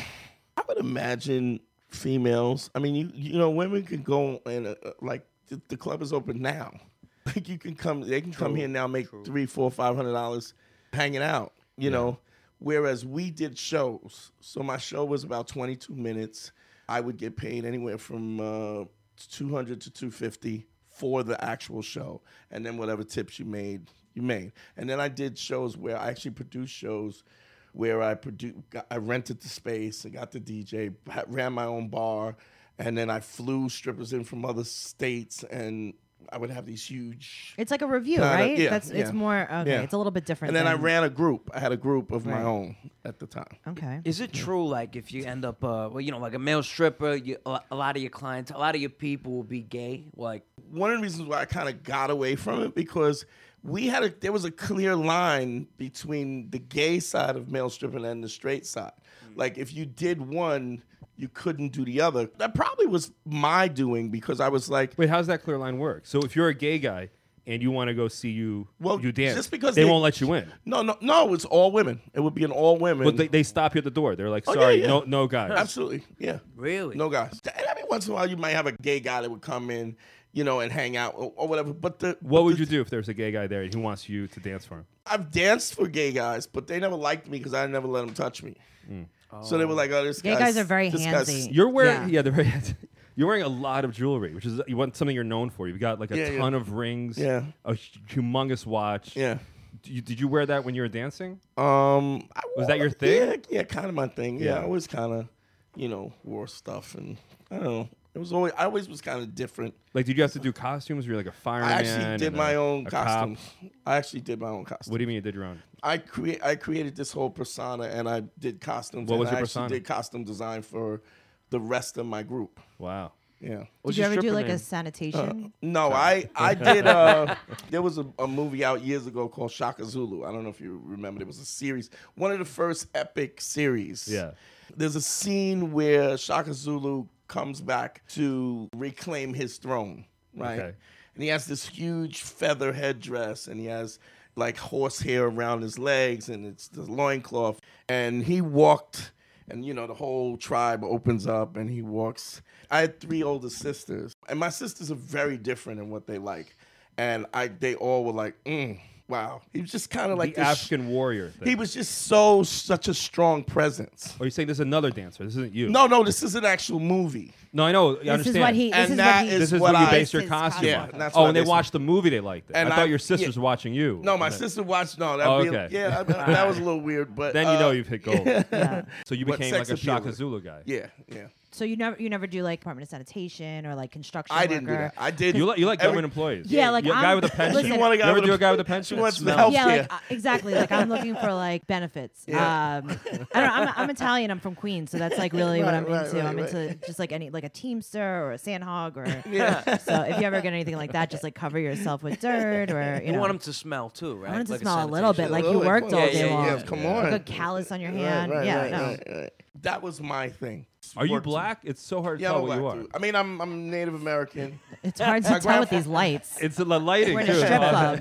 [SPEAKER 3] I would imagine females. I mean, you you know, women can go and uh, uh, like the, the club is open now. Like you can come, they can come here now, make three, four, five hundred dollars, hanging out. You know, whereas we did shows. So my show was about twenty two minutes. I would get paid anywhere from uh, two hundred to two fifty for the actual show, and then whatever tips you made, you made. And then I did shows where I actually produced shows where I produced, I rented the space, I got the DJ, ha- ran my own bar, and then I flew strippers in from other states, and I would have these huge.
[SPEAKER 4] it's like a review,
[SPEAKER 3] Kinda,
[SPEAKER 4] right?
[SPEAKER 3] yeah,
[SPEAKER 4] That's it's
[SPEAKER 3] yeah.
[SPEAKER 4] more okay.
[SPEAKER 3] Yeah.
[SPEAKER 4] It's a little bit different.
[SPEAKER 3] And then I
[SPEAKER 4] than,
[SPEAKER 3] ran a group. I had a group of my
[SPEAKER 4] Right. Oh.
[SPEAKER 3] own at the time.
[SPEAKER 4] Okay.
[SPEAKER 2] Is it true, like, if you end up, uh, well, you know, like a male stripper, you, a a lot of your clients, a lot of your people will be gay? Like,
[SPEAKER 3] one of the reasons why I kind of got away from it because we had a there was a clear line between the gay side of male stripping and the straight side. Like if you did one, you couldn't do the other. That probably was my doing because I was like,
[SPEAKER 1] Wait, how does that clear line work? So if you're a gay guy and you want to go see you,
[SPEAKER 3] Well,
[SPEAKER 1] you dance,
[SPEAKER 3] just because
[SPEAKER 1] they,
[SPEAKER 3] they-
[SPEAKER 1] won't let you in.
[SPEAKER 3] no, no, no, it's all women. It would be an all women.
[SPEAKER 1] But they, they stop you at the door. They're like,
[SPEAKER 3] Oh, yeah,
[SPEAKER 1] sorry,
[SPEAKER 3] yeah.
[SPEAKER 1] no, no guys.
[SPEAKER 3] Absolutely, yeah.
[SPEAKER 2] Really?
[SPEAKER 3] No guys. And every once in a while, you might have a gay guy that would come in, you know, and hang out or, or whatever. But the but
[SPEAKER 1] What would
[SPEAKER 3] the-
[SPEAKER 1] you do if there's a gay guy there and he wants you to dance for him?
[SPEAKER 3] I've danced for gay guys, but they never liked me because I never let them touch me.
[SPEAKER 1] Mm.
[SPEAKER 3] So they were like, "Oh, this
[SPEAKER 4] Gay
[SPEAKER 3] guy's-
[SPEAKER 4] guys are very
[SPEAKER 3] this
[SPEAKER 4] handsy.
[SPEAKER 1] You're wearing yeah,
[SPEAKER 4] Yeah.
[SPEAKER 1] they're very, you're wearing a lot of jewelry, which is you want something you're known for. You've got like a
[SPEAKER 3] Yeah, yeah.
[SPEAKER 1] ton of rings,
[SPEAKER 3] Yeah.
[SPEAKER 1] a hu- humongous watch.
[SPEAKER 3] Yeah.
[SPEAKER 1] Do you- did you wear that when you were dancing?
[SPEAKER 3] Um, I
[SPEAKER 1] Was that
[SPEAKER 3] wore-
[SPEAKER 1] your thing?
[SPEAKER 3] Yeah, yeah, kind of my thing. Yeah,
[SPEAKER 1] Yeah.
[SPEAKER 3] I always kind of, you know, wore stuff, and I don't know. It was always I always was kind of different.
[SPEAKER 1] Like, did you have to do costumes? Were you like a fireman?
[SPEAKER 3] I actually did
[SPEAKER 1] and
[SPEAKER 3] my
[SPEAKER 1] a-
[SPEAKER 3] own
[SPEAKER 1] a cop?
[SPEAKER 3] costumes. I actually did my own costumes.
[SPEAKER 1] What do you mean you did your own?
[SPEAKER 3] I create I created this whole persona, and I did costumes.
[SPEAKER 1] What
[SPEAKER 3] and
[SPEAKER 1] was your
[SPEAKER 3] I
[SPEAKER 1] persona?
[SPEAKER 3] actually did costume design for the rest of my group.
[SPEAKER 1] Wow.
[SPEAKER 3] Yeah.
[SPEAKER 4] Did you ever do like a sanitation?
[SPEAKER 3] No, I I did. Uh, there was a, a movie out years ago called Shaka Zulu. I don't know if you remember. It was a series, one of the first epic series.
[SPEAKER 1] Yeah.
[SPEAKER 3] There's a scene where Shaka Zulu comes back to reclaim his throne, right?
[SPEAKER 1] Okay.
[SPEAKER 3] And he has this huge feather headdress, and he has like horse hair around his legs, and it's the loincloth. And he walked, and you know, the whole tribe opens up, and he walks. I had three older sisters, and my sisters are very different in what they like. And I, they all were like, mm, wow. He was just kind of like
[SPEAKER 1] the
[SPEAKER 3] this-
[SPEAKER 1] African warrior. Thing. Oh,
[SPEAKER 3] He was just so, such a strong presence.
[SPEAKER 1] Or you saying this is another dancer? This isn't you.
[SPEAKER 3] No, no, this is an actual movie.
[SPEAKER 1] No, I know. I
[SPEAKER 4] This
[SPEAKER 1] understand.
[SPEAKER 4] is what he. This
[SPEAKER 3] And
[SPEAKER 4] is
[SPEAKER 3] that
[SPEAKER 4] what he,
[SPEAKER 1] This is
[SPEAKER 3] what
[SPEAKER 1] what, you
[SPEAKER 3] I-
[SPEAKER 1] base your
[SPEAKER 4] His
[SPEAKER 1] costume
[SPEAKER 4] costume.
[SPEAKER 1] on.
[SPEAKER 4] Yeah,
[SPEAKER 3] that's
[SPEAKER 1] oh,
[SPEAKER 3] what
[SPEAKER 1] and they
[SPEAKER 3] I-
[SPEAKER 1] watched the movie they liked. it.
[SPEAKER 3] And
[SPEAKER 1] I thought
[SPEAKER 3] I-
[SPEAKER 1] your sister's watching you.
[SPEAKER 3] No, my
[SPEAKER 1] And
[SPEAKER 3] sister watched. No, that
[SPEAKER 1] Oh,
[SPEAKER 3] be,
[SPEAKER 1] okay.
[SPEAKER 3] yeah, I- that, that was a little weird. But
[SPEAKER 1] Then you know
[SPEAKER 3] uh,
[SPEAKER 1] you've hit gold.
[SPEAKER 4] Yeah.
[SPEAKER 1] So you
[SPEAKER 3] What
[SPEAKER 1] became like a
[SPEAKER 3] sex appeal
[SPEAKER 1] Shaka
[SPEAKER 3] is-
[SPEAKER 1] Zulu guy.
[SPEAKER 3] yeah, yeah.
[SPEAKER 4] So you never you never do like Department of Sanitation or like construction.
[SPEAKER 3] I didn't do
[SPEAKER 4] worker.
[SPEAKER 3] that. I did.
[SPEAKER 1] You like you like
[SPEAKER 3] every-
[SPEAKER 1] government employees.
[SPEAKER 4] Yeah, like,
[SPEAKER 1] you a guy
[SPEAKER 4] I'm-
[SPEAKER 1] with a pension.
[SPEAKER 4] listen- You
[SPEAKER 3] want a guy
[SPEAKER 1] you ever
[SPEAKER 3] with a
[SPEAKER 1] do a guy with a pension?
[SPEAKER 3] pension? She wants the
[SPEAKER 1] Smells.
[SPEAKER 3] help.
[SPEAKER 4] yeah,
[SPEAKER 3] healthcare.
[SPEAKER 4] like uh, exactly. Like I'm looking for like benefits.
[SPEAKER 3] Yeah.
[SPEAKER 4] Um, I don't know. I'm, I'm Italian. I'm from Queens, so that's like really what
[SPEAKER 3] Right,
[SPEAKER 4] I'm
[SPEAKER 3] right,
[SPEAKER 4] into.
[SPEAKER 3] right,
[SPEAKER 4] I'm
[SPEAKER 3] right.
[SPEAKER 4] into just like any like a teamster or a sandhog or.
[SPEAKER 3] Yeah.
[SPEAKER 4] So if you ever get anything like that, just like cover yourself with dirt or you,
[SPEAKER 2] You
[SPEAKER 4] know.
[SPEAKER 2] want them to smell too, right?
[SPEAKER 4] I want it to
[SPEAKER 2] Like
[SPEAKER 4] smell a little bit,
[SPEAKER 2] sanitation.
[SPEAKER 4] like
[SPEAKER 3] Oh,
[SPEAKER 4] you worked
[SPEAKER 3] come
[SPEAKER 4] all
[SPEAKER 3] on.
[SPEAKER 4] day
[SPEAKER 3] Yeah,
[SPEAKER 4] long.
[SPEAKER 3] yeah, come on.
[SPEAKER 4] Like a callus on your
[SPEAKER 3] Right,
[SPEAKER 4] hand.
[SPEAKER 3] right,
[SPEAKER 4] yeah,
[SPEAKER 3] right,
[SPEAKER 4] no.
[SPEAKER 3] right, right. That was my thing.
[SPEAKER 1] Are you
[SPEAKER 3] Worked-
[SPEAKER 1] black? It's so hard to
[SPEAKER 3] Yeah,
[SPEAKER 1] tell
[SPEAKER 3] I'm
[SPEAKER 1] what
[SPEAKER 3] black.
[SPEAKER 1] you are.
[SPEAKER 3] dude. I mean, I'm I'm Native American.
[SPEAKER 4] It's hard to tell with these lights.
[SPEAKER 1] It's the lighting
[SPEAKER 4] We're in
[SPEAKER 1] too.
[SPEAKER 4] a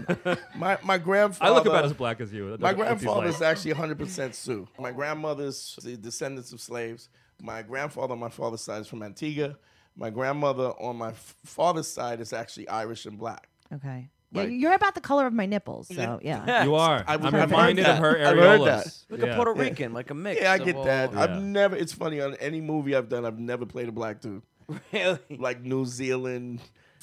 [SPEAKER 4] strip club.
[SPEAKER 3] My my grandfather.
[SPEAKER 1] I look about as black as you. That
[SPEAKER 3] My
[SPEAKER 1] doesn't- with these
[SPEAKER 3] grandfather is
[SPEAKER 1] lights.
[SPEAKER 3] actually 100% Sioux. My grandmother's the descendants of slaves. My grandfather on my father's side is from Antigua. My grandmother on my f- father's side is actually Irish and black.
[SPEAKER 4] Okay. Yeah,
[SPEAKER 3] Like-
[SPEAKER 4] you're about the color of my nipples, so yeah.
[SPEAKER 1] You are.
[SPEAKER 3] I
[SPEAKER 1] I'm
[SPEAKER 3] was- I've heard
[SPEAKER 1] reminded of
[SPEAKER 3] that.
[SPEAKER 1] her
[SPEAKER 3] I've heard
[SPEAKER 1] areolas.
[SPEAKER 2] Like a
[SPEAKER 1] Yeah.
[SPEAKER 2] Puerto Rican, like a mix.
[SPEAKER 3] Yeah, I
[SPEAKER 2] of
[SPEAKER 3] get
[SPEAKER 2] all-
[SPEAKER 3] that.
[SPEAKER 1] Yeah.
[SPEAKER 3] I've never. It's funny on any movie I've done. I've never played a black dude.
[SPEAKER 2] Really?
[SPEAKER 3] Like New Zealand,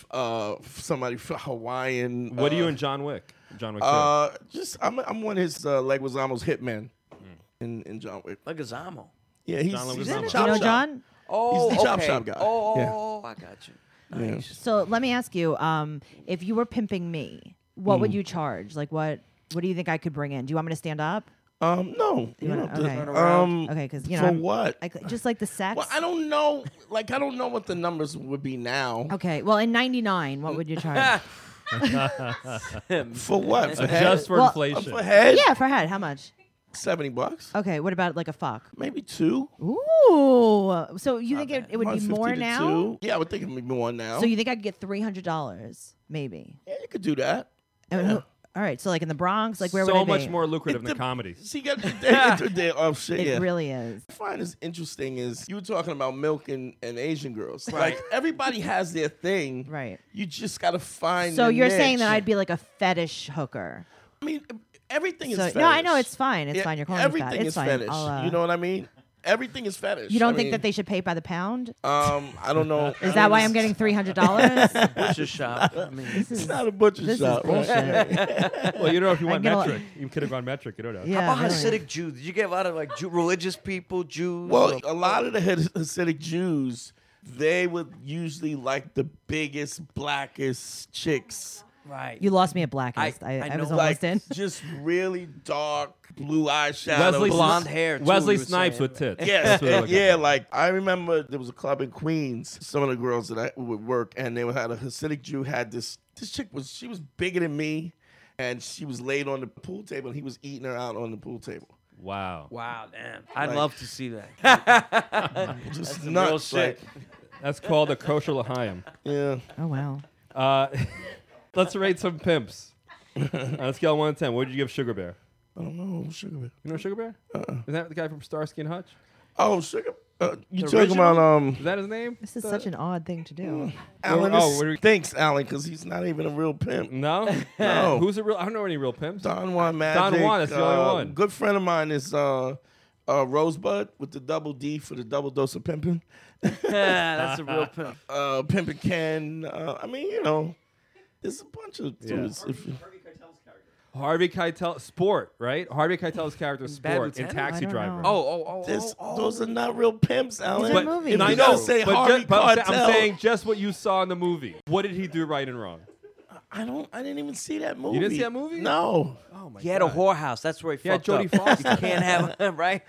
[SPEAKER 3] uh, somebody from Hawaiian.
[SPEAKER 1] What
[SPEAKER 3] uh,
[SPEAKER 1] are you in John Wick? John Wick. 2.
[SPEAKER 3] Uh, just I'm I'm one of his uh, Leguizamo's hitman in in John Wick.
[SPEAKER 2] Like a Zamo.
[SPEAKER 3] Yeah, he's,
[SPEAKER 1] Hmm. John Leguizamo.
[SPEAKER 3] he's the
[SPEAKER 1] You
[SPEAKER 4] You
[SPEAKER 3] chop
[SPEAKER 4] know,
[SPEAKER 3] shop.
[SPEAKER 4] John.
[SPEAKER 2] Oh,
[SPEAKER 3] He's the chop
[SPEAKER 2] okay.
[SPEAKER 3] shop guy.
[SPEAKER 2] Oh,
[SPEAKER 3] Yeah.
[SPEAKER 2] oh, oh, I got you. Nice.
[SPEAKER 4] So let me ask you, um, if you were pimping me, what
[SPEAKER 3] Mm.
[SPEAKER 4] would you charge? Like what what do you think I could bring in? Do you want me to stand up?
[SPEAKER 3] Um, no, you
[SPEAKER 4] wanna-
[SPEAKER 3] don't do-
[SPEAKER 4] okay. Turn
[SPEAKER 2] around.
[SPEAKER 3] um,
[SPEAKER 4] Okay, because you know
[SPEAKER 3] for
[SPEAKER 4] I'm-
[SPEAKER 3] what?
[SPEAKER 4] I, just like the sex.
[SPEAKER 3] Well, I don't know. Like, I don't know what the numbers would be now.
[SPEAKER 4] okay. Well in ninety nine, what would you charge?
[SPEAKER 3] For what? For head?
[SPEAKER 1] Just for
[SPEAKER 4] Well-
[SPEAKER 3] Uh,
[SPEAKER 1] inflation.
[SPEAKER 3] for head?
[SPEAKER 4] yeah, for head, how much?
[SPEAKER 3] Seventy bucks,
[SPEAKER 4] Okay, what about like a fuck?
[SPEAKER 3] maybe two.
[SPEAKER 4] Ooh. So you think it, it would be
[SPEAKER 3] 150
[SPEAKER 4] more
[SPEAKER 3] to
[SPEAKER 4] now?
[SPEAKER 3] two. Yeah, I would think it would be more now.
[SPEAKER 4] So you think I could get three hundred dollars, maybe.
[SPEAKER 3] yeah, you could do that.
[SPEAKER 4] And who- all right, so like in the Bronx, like where
[SPEAKER 1] so
[SPEAKER 4] would I
[SPEAKER 1] much
[SPEAKER 4] be?
[SPEAKER 1] more lucrative than
[SPEAKER 3] It dep-
[SPEAKER 1] comedy.
[SPEAKER 3] See, got the day, the day off shit.
[SPEAKER 4] It
[SPEAKER 3] yeah.
[SPEAKER 4] really is.
[SPEAKER 3] I find is interesting is you were talking about milk and, and Asian girls. Like everybody has their thing.
[SPEAKER 4] Right.
[SPEAKER 3] You just gotta find.
[SPEAKER 4] So
[SPEAKER 3] the
[SPEAKER 4] you're saying
[SPEAKER 3] niche.
[SPEAKER 4] that I'd be like a fetish hooker.
[SPEAKER 3] I mean, everything
[SPEAKER 4] So-
[SPEAKER 3] is.
[SPEAKER 4] no, I
[SPEAKER 3] fetish.
[SPEAKER 4] know it's fine. It's
[SPEAKER 3] Yeah,
[SPEAKER 4] fine. You're calling
[SPEAKER 3] everything
[SPEAKER 4] me fat. It's
[SPEAKER 3] is
[SPEAKER 4] fine.
[SPEAKER 3] fetish.
[SPEAKER 4] I'll, uh,
[SPEAKER 3] you know what I mean? Everything is fetish.
[SPEAKER 4] You don't
[SPEAKER 3] I
[SPEAKER 4] think
[SPEAKER 3] mean,
[SPEAKER 4] that they should pay by the pound?
[SPEAKER 3] Um, I don't know.
[SPEAKER 4] Is that why I'm getting three hundred dollars?
[SPEAKER 2] Butcher shop. I mean,
[SPEAKER 3] It's not a butcher
[SPEAKER 4] This is
[SPEAKER 3] shop. right?
[SPEAKER 4] bullshit.
[SPEAKER 1] well, you know, if you
[SPEAKER 4] I
[SPEAKER 1] want
[SPEAKER 4] get a lot-
[SPEAKER 1] metric, you could have gone metric. You don't know.
[SPEAKER 4] Yeah,
[SPEAKER 2] How about
[SPEAKER 4] really.
[SPEAKER 2] Hasidic Jews? Did you get a lot of like Jew, religious people, Jews?
[SPEAKER 3] Well, a lot of the Has- Hasidic Jews, they would usually like the biggest, blackest chicks.
[SPEAKER 2] right.
[SPEAKER 4] You lost me at blackest.
[SPEAKER 2] I-
[SPEAKER 4] I, I,
[SPEAKER 2] I
[SPEAKER 4] was
[SPEAKER 2] know,
[SPEAKER 4] almost
[SPEAKER 3] Like
[SPEAKER 4] in.
[SPEAKER 3] just really dark blue eyeshadow.
[SPEAKER 1] Wesley
[SPEAKER 2] Blonde
[SPEAKER 1] Sni-
[SPEAKER 2] hair, too,
[SPEAKER 1] Wesley
[SPEAKER 2] you were
[SPEAKER 1] Snipes
[SPEAKER 2] saying.
[SPEAKER 1] with tits.
[SPEAKER 3] Yes,
[SPEAKER 1] That's what I
[SPEAKER 3] and
[SPEAKER 1] look at.
[SPEAKER 3] yeah. Like I remember there was a club in Queens. Some of the girls that I would work, and they had a Hasidic Jew had this. This chick was she was bigger than me, and she was laid on the pool table, and he was eating her out on the pool table.
[SPEAKER 1] Wow.
[SPEAKER 2] Wow, damn. I'd
[SPEAKER 3] Like-
[SPEAKER 2] love to see that.
[SPEAKER 3] Just
[SPEAKER 2] some
[SPEAKER 3] nuts,
[SPEAKER 2] real shit.
[SPEAKER 3] like,
[SPEAKER 1] That's called a kosher l'chaim.
[SPEAKER 3] yeah.
[SPEAKER 4] Oh wow.
[SPEAKER 1] Uh, let's rate some pimps. On a scale of one to ten, what would you give Sugar Bear?
[SPEAKER 3] I don't know sugar. Bear.
[SPEAKER 1] You know Sugar Bear? Uh-uh. Is that the guy from Starsky and Hutch?
[SPEAKER 3] Oh, sugar. Uh, you
[SPEAKER 1] The
[SPEAKER 3] talking about
[SPEAKER 1] original?
[SPEAKER 3] um?
[SPEAKER 1] Is that his name?
[SPEAKER 4] This is such an odd thing to do.
[SPEAKER 3] Alan
[SPEAKER 1] Oh,
[SPEAKER 3] is-
[SPEAKER 1] what are we- Mm.
[SPEAKER 3] thanks, Alan, because he's not even a real pimp.
[SPEAKER 1] No.
[SPEAKER 3] No.
[SPEAKER 1] Who's a real? I don't know any real pimps.
[SPEAKER 3] Don Juan Magic.
[SPEAKER 1] Juan, that's the only
[SPEAKER 3] uh,
[SPEAKER 1] one.
[SPEAKER 3] Good friend of mine is uh, uh, Rosebud with the double D for the double dose of pimping.
[SPEAKER 2] yeah, that's a real Oh, pimp.
[SPEAKER 3] uh, Pimpin' Ken. Uh, I mean, you know, there's a bunch of dudes. If
[SPEAKER 1] Oh,
[SPEAKER 3] you-
[SPEAKER 1] Harvey Keitel, Sport, right? Harvey Keitel's character, is
[SPEAKER 2] Bad
[SPEAKER 1] Sport, in
[SPEAKER 2] Lieutenant?
[SPEAKER 1] Taxi
[SPEAKER 4] I don't
[SPEAKER 1] Driver.
[SPEAKER 4] know.
[SPEAKER 2] Oh, oh, oh,
[SPEAKER 3] this,
[SPEAKER 2] oh, oh.
[SPEAKER 3] Those are not real pimps, Alan.
[SPEAKER 4] They're movies.
[SPEAKER 3] If
[SPEAKER 1] I
[SPEAKER 3] you
[SPEAKER 1] know.
[SPEAKER 3] gotta Say
[SPEAKER 1] but
[SPEAKER 3] Harvey
[SPEAKER 1] ju- but I'm, sa- I'm
[SPEAKER 3] Keitel,
[SPEAKER 1] saying just what you saw in the movie. What did he do right and wrong?
[SPEAKER 3] I don't. I didn't even see that movie.
[SPEAKER 1] didn't see that movie?
[SPEAKER 3] No.
[SPEAKER 1] Oh my
[SPEAKER 2] He had a whorehouse. That's where he
[SPEAKER 1] Yeah,
[SPEAKER 2] fucked
[SPEAKER 1] Jodie
[SPEAKER 2] up.
[SPEAKER 1] Foster.
[SPEAKER 2] You can't have him, right?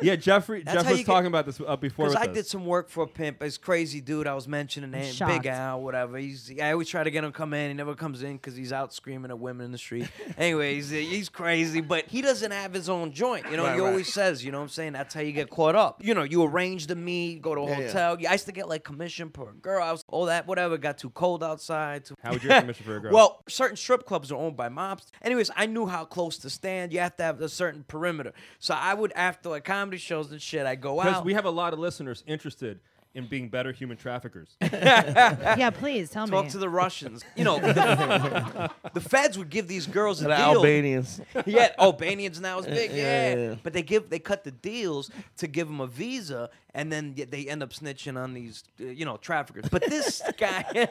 [SPEAKER 1] Yeah, Jeffrey.
[SPEAKER 2] That's
[SPEAKER 1] Jeff
[SPEAKER 2] how
[SPEAKER 1] was
[SPEAKER 2] you get-
[SPEAKER 1] talking about this uh, before.
[SPEAKER 2] Because
[SPEAKER 1] with
[SPEAKER 2] I
[SPEAKER 1] us.
[SPEAKER 2] did some work for a pimp. It's crazy, dude. I was mentioning him,
[SPEAKER 4] shocked.
[SPEAKER 2] Big Al, whatever. He's. I always try to get him to come in. He never comes in because he's out screaming at women in the street. Anyways, he's crazy, but he doesn't have his own joint. You know,
[SPEAKER 3] Right,
[SPEAKER 2] he
[SPEAKER 3] right.
[SPEAKER 2] always says, you know what I'm saying? That's how you get caught up. You know, you arrange the meet, go to a
[SPEAKER 3] Yeah, yeah.
[SPEAKER 2] hotel. I used to get like commission per girl. I was all that, whatever. Got too cold outside. Too
[SPEAKER 1] How would you get commission for a girl?
[SPEAKER 2] Well, certain strip clubs are owned by mobs. Anyways, I knew how close to stand. You have to have a certain perimeter. So I would, after like comedy shows and shit, I go
[SPEAKER 1] because
[SPEAKER 2] out.
[SPEAKER 1] we have a lot of listeners interested in being better human traffickers.
[SPEAKER 4] yeah, please tell
[SPEAKER 2] Talk
[SPEAKER 4] me.
[SPEAKER 2] to the Russians. You know, the, the feds would give these girls a
[SPEAKER 3] The
[SPEAKER 2] deal.
[SPEAKER 3] Albanians.
[SPEAKER 2] yeah, Albanians now is big.
[SPEAKER 3] yeah,
[SPEAKER 2] Yeah,
[SPEAKER 3] yeah.
[SPEAKER 2] but they give they cut the deals to give them a visa, and then y- they end up snitching on these uh, you know traffickers. But this guy,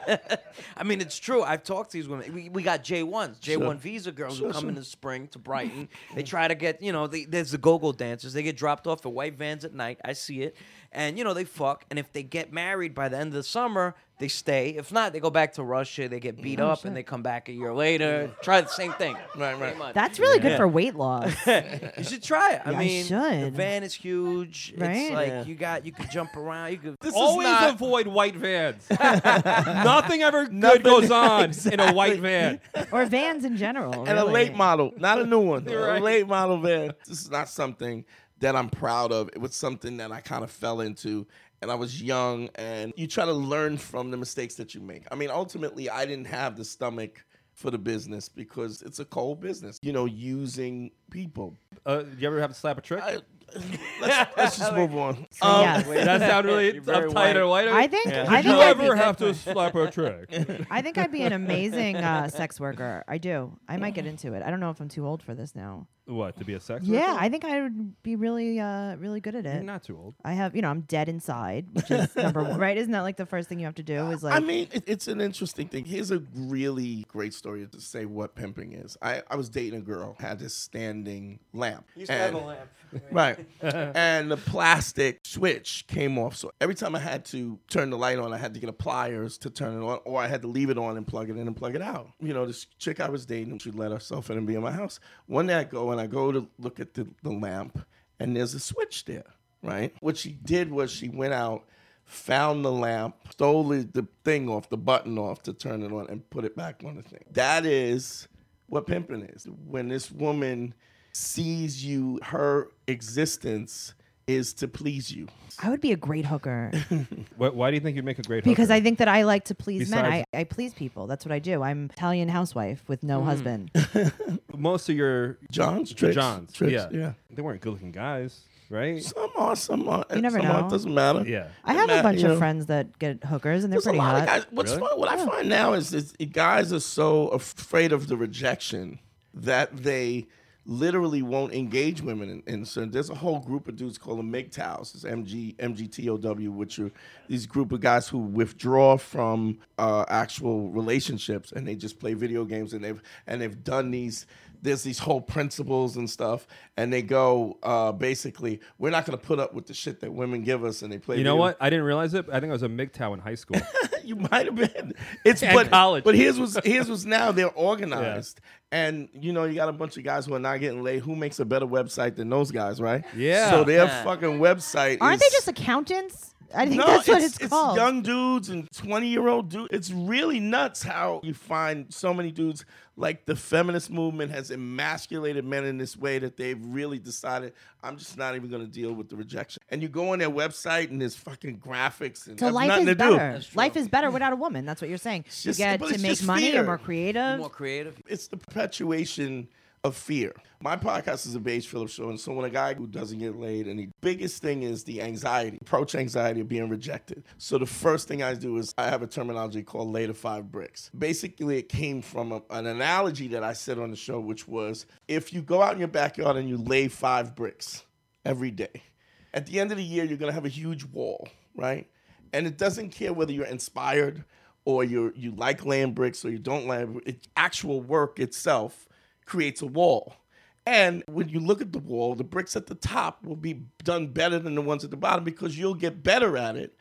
[SPEAKER 2] I mean, it's true. I've talked to these women. We, we got J ones, J one visa girls who come in the spring to Brighton. They try to get you know they, there's the go go dancers. They get dropped off at white vans at night. I see it, and you know they fuck. And if they get married by the end of the summer. They stay. If not, they go back to Russia. They get beat up, and they come back a year later. Try the same thing.
[SPEAKER 3] Right,
[SPEAKER 2] Pretty
[SPEAKER 3] right.
[SPEAKER 2] much.
[SPEAKER 4] That's really good for weight loss.
[SPEAKER 2] You should try it. I
[SPEAKER 4] Yeah, I
[SPEAKER 2] mean, the
[SPEAKER 4] should.
[SPEAKER 2] van is huge.
[SPEAKER 4] Right?
[SPEAKER 2] It's like
[SPEAKER 3] Yeah.
[SPEAKER 2] you got you could jump around. You could
[SPEAKER 1] Always
[SPEAKER 3] not-
[SPEAKER 1] avoid white vans. Nothing ever good
[SPEAKER 3] Nothing-
[SPEAKER 1] goes on in a white van.
[SPEAKER 4] or vans in general.
[SPEAKER 3] and a late model, not a new one.
[SPEAKER 1] right.
[SPEAKER 3] A late model van. This is not something that I'm proud of. It was something that I kind of fell into. And I was young, and you try to learn from the mistakes that you make. I mean, ultimately, I didn't have the stomach for the business because it's a cold business, you know, using people.
[SPEAKER 1] Uh, you ever have to slap a trick?
[SPEAKER 3] I, let's, let's just move on. Um,
[SPEAKER 4] Yes.
[SPEAKER 1] Does that sound really
[SPEAKER 2] You're very
[SPEAKER 1] uptight
[SPEAKER 2] white.
[SPEAKER 1] or whiter?
[SPEAKER 4] I think I
[SPEAKER 1] Did
[SPEAKER 4] think
[SPEAKER 1] you
[SPEAKER 4] I'd be
[SPEAKER 1] ever
[SPEAKER 4] good
[SPEAKER 1] have
[SPEAKER 4] for
[SPEAKER 1] to
[SPEAKER 4] it.
[SPEAKER 1] slap a trick?
[SPEAKER 4] I think I'd be an amazing uh, sex worker. I do. I might get into it. I don't know if I'm too old for this now.
[SPEAKER 1] what to be a sex?
[SPEAKER 4] Yeah,
[SPEAKER 1] worker?
[SPEAKER 4] I think I would be really, uh, really good at
[SPEAKER 1] You're
[SPEAKER 4] it.
[SPEAKER 1] not too old.
[SPEAKER 4] I have, you know, I'm dead inside, which is number one, right? Isn't that like the first thing you have to do? Is like,
[SPEAKER 3] I mean, it, it's an interesting thing. Here's a really great story to say what pimping is. I, I was dating a girl, had this standing lamp. and- Right. and the plastic switch came off. So every time I had to turn the light on, I had to get a pliers to turn it on, or I had to leave it on and plug it in and plug it out. You know, this chick I was dating, she let herself in and be in my house. One day I go and I go to look at the, the lamp, and there's a switch there, right? What she did was she went out, found the lamp, stole the, the thing off, the button off to turn it on, and put it back on the thing. That is what pimping is. When this woman sees you, her existence is to please you.
[SPEAKER 4] I would be a great hooker
[SPEAKER 1] Why, why do you think you'd make a great?
[SPEAKER 4] because
[SPEAKER 1] hooker?
[SPEAKER 4] I think that I like to please men.
[SPEAKER 1] Besides-
[SPEAKER 4] I, I please people. That's what I do. I'm Italian housewife with
[SPEAKER 3] Mm.
[SPEAKER 4] no husband.
[SPEAKER 1] most of your
[SPEAKER 3] John's tricks.
[SPEAKER 1] Johns,
[SPEAKER 3] Tricks,
[SPEAKER 1] yeah.
[SPEAKER 3] yeah.
[SPEAKER 1] they weren't good-looking guys, right?
[SPEAKER 3] Some are, some are.
[SPEAKER 4] You never
[SPEAKER 3] some
[SPEAKER 4] know.
[SPEAKER 3] Aren't, doesn't matter.
[SPEAKER 1] Yeah.
[SPEAKER 4] I have a
[SPEAKER 3] Matt,
[SPEAKER 4] bunch
[SPEAKER 3] you
[SPEAKER 4] of
[SPEAKER 3] know.
[SPEAKER 4] friends that get hookers and they're
[SPEAKER 3] There's a
[SPEAKER 4] pretty
[SPEAKER 3] lot of
[SPEAKER 4] hot.
[SPEAKER 3] guys. What's
[SPEAKER 1] Really?
[SPEAKER 3] fun, what I find now is, is guys are so afraid of the rejection that they literally won't engage women. And, and so there's a whole group of dudes called the MGTOWs. It's MG, MGTOW, which are these group of guys who withdraw from uh, actual relationships and they just play video games and they've and they've done these there's these whole principles and stuff and they go uh, basically we're not going to put up with the shit that women give us and they play
[SPEAKER 1] You know
[SPEAKER 3] video-
[SPEAKER 1] what? I didn't realize it. but I think I was a MGTOW in high school.
[SPEAKER 3] you might have been. It's
[SPEAKER 1] And
[SPEAKER 3] but,
[SPEAKER 1] college.
[SPEAKER 3] But here's what's here's what's now they're organized. And you know, you got a bunch of guys who are not getting laid. Who makes a better website than those guys, right?
[SPEAKER 1] Yeah.
[SPEAKER 3] So their fucking website
[SPEAKER 4] Aren't
[SPEAKER 3] is,
[SPEAKER 4] they just accountants? I think
[SPEAKER 3] no,
[SPEAKER 4] that's what
[SPEAKER 3] it's,
[SPEAKER 4] it's, called.
[SPEAKER 3] young dudes and 20 year old dudes. It's really nuts how you find so many dudes. Like the feminist movement has emasculated men in this way that they've really decided, I'm just not even going to deal with the rejection. And you go on their website and there's fucking graphics and
[SPEAKER 4] So
[SPEAKER 3] have
[SPEAKER 4] life
[SPEAKER 3] nothing
[SPEAKER 4] is
[SPEAKER 3] to do.
[SPEAKER 4] better. Life is better without a woman. That's what you're saying.
[SPEAKER 3] just-
[SPEAKER 4] you get
[SPEAKER 3] but
[SPEAKER 4] to
[SPEAKER 3] it's
[SPEAKER 4] make
[SPEAKER 3] just
[SPEAKER 4] money.
[SPEAKER 3] fear.
[SPEAKER 4] You're more creative.
[SPEAKER 2] more creative.
[SPEAKER 3] it's the perpetuation of fear. My podcast is a Beige Phillips show, and so when a guy who doesn't get laid, and the biggest thing is the anxiety, approach anxiety of being rejected. So the first thing I do is I have a terminology called lay to five bricks. Basically, it came from a- an analogy that I said on the show, which was if you go out in your backyard and you lay five bricks every day, at the end of the year, you're gonna have a huge wall, right? And it doesn't care whether you're inspired or you you like laying bricks or you don't land. It, actual work itself creates a wall. And when you look at the wall, the bricks at the top will be done better than the ones at the bottom because you'll get better at it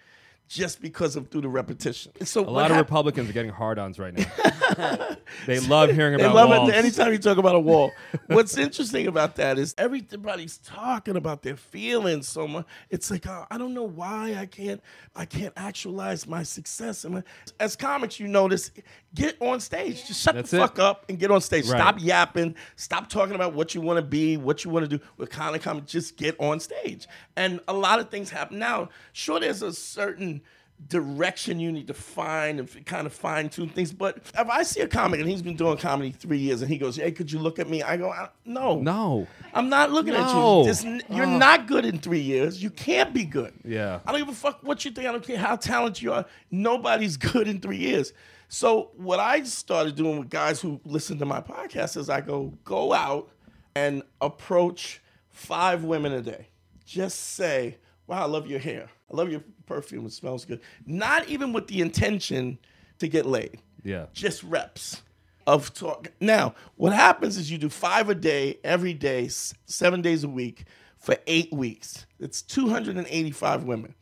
[SPEAKER 3] just because of through the repetition. So
[SPEAKER 1] A lot of Republicans are getting hard-ons right now. they love hearing
[SPEAKER 3] They
[SPEAKER 1] about
[SPEAKER 3] love
[SPEAKER 1] walls.
[SPEAKER 3] it anytime you talk about a wall. What's interesting about that is everybody's talking about their feelings so much. It's like uh, I don't know why I can't I can't actualize my success. And my- As comics, you notice, get on stage. Just shut
[SPEAKER 1] That's
[SPEAKER 3] the
[SPEAKER 1] it.
[SPEAKER 3] fuck up and get on stage.
[SPEAKER 1] Right.
[SPEAKER 3] Stop yapping. Stop talking about what you want to be, what you want to do. With comic comic, just get on stage. And a lot of things happen now. Sure, there's a certain direction you need to find and f- kind of fine tune things. But if I see a comic and he's been doing comedy three years and he goes, "Hey, could you look at me?" I go, I, "No,
[SPEAKER 1] No.
[SPEAKER 3] I'm not looking at
[SPEAKER 1] No. Ah.
[SPEAKER 3] you. This, n- you're not good in three years. You can't be good.
[SPEAKER 1] Yeah.
[SPEAKER 3] I don't give a fuck what you think. I don't care how talented you are. Nobody's good in three years. So what I started doing with guys who listen to my podcast is I go go out and approach five women a day. Just say, "Wow, I love your hair. I love your perfume. It smells good." Not even with the intention to get laid
[SPEAKER 1] Yeah.
[SPEAKER 3] just reps of talk. Now, what happens is you do five a day, every day, s- seven days a week for eight weeks. It's 285 women.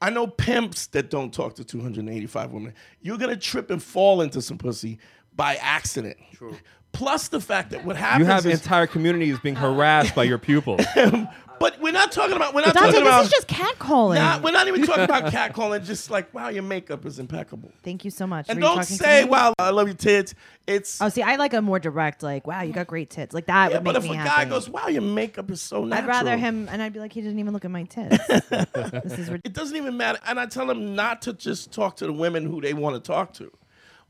[SPEAKER 3] I know pimps that don't talk to 285 women. You're gonna trip and fall into some pussy by accident. True. Plus the fact that what
[SPEAKER 1] You
[SPEAKER 3] happens
[SPEAKER 1] have
[SPEAKER 3] is,
[SPEAKER 1] entire communities being harassed by your pupils.
[SPEAKER 3] but we're not talking about we're not
[SPEAKER 4] Dante,
[SPEAKER 3] talking about
[SPEAKER 4] this is just catcalling.
[SPEAKER 3] not, we're not even talking about catcalling. Just like wow, your makeup is impeccable.
[SPEAKER 4] Thank you so much.
[SPEAKER 3] And
[SPEAKER 4] Were you
[SPEAKER 3] don't
[SPEAKER 4] talking to
[SPEAKER 3] say
[SPEAKER 4] me?
[SPEAKER 3] wow, I love your tits. It's
[SPEAKER 4] Oh, see, I like a more direct, like, wow, you got great tits. Like that
[SPEAKER 3] Yeah,
[SPEAKER 4] would make
[SPEAKER 3] but if
[SPEAKER 4] me
[SPEAKER 3] a
[SPEAKER 4] happy.
[SPEAKER 3] guy goes, "Wow, your makeup is so
[SPEAKER 4] I'd
[SPEAKER 3] natural,"
[SPEAKER 4] rather him, and I'd be like, he didn't even look at my tits. this is ridiculous.
[SPEAKER 3] It doesn't even matter, and I tell him not to just talk to the women who they want to talk to.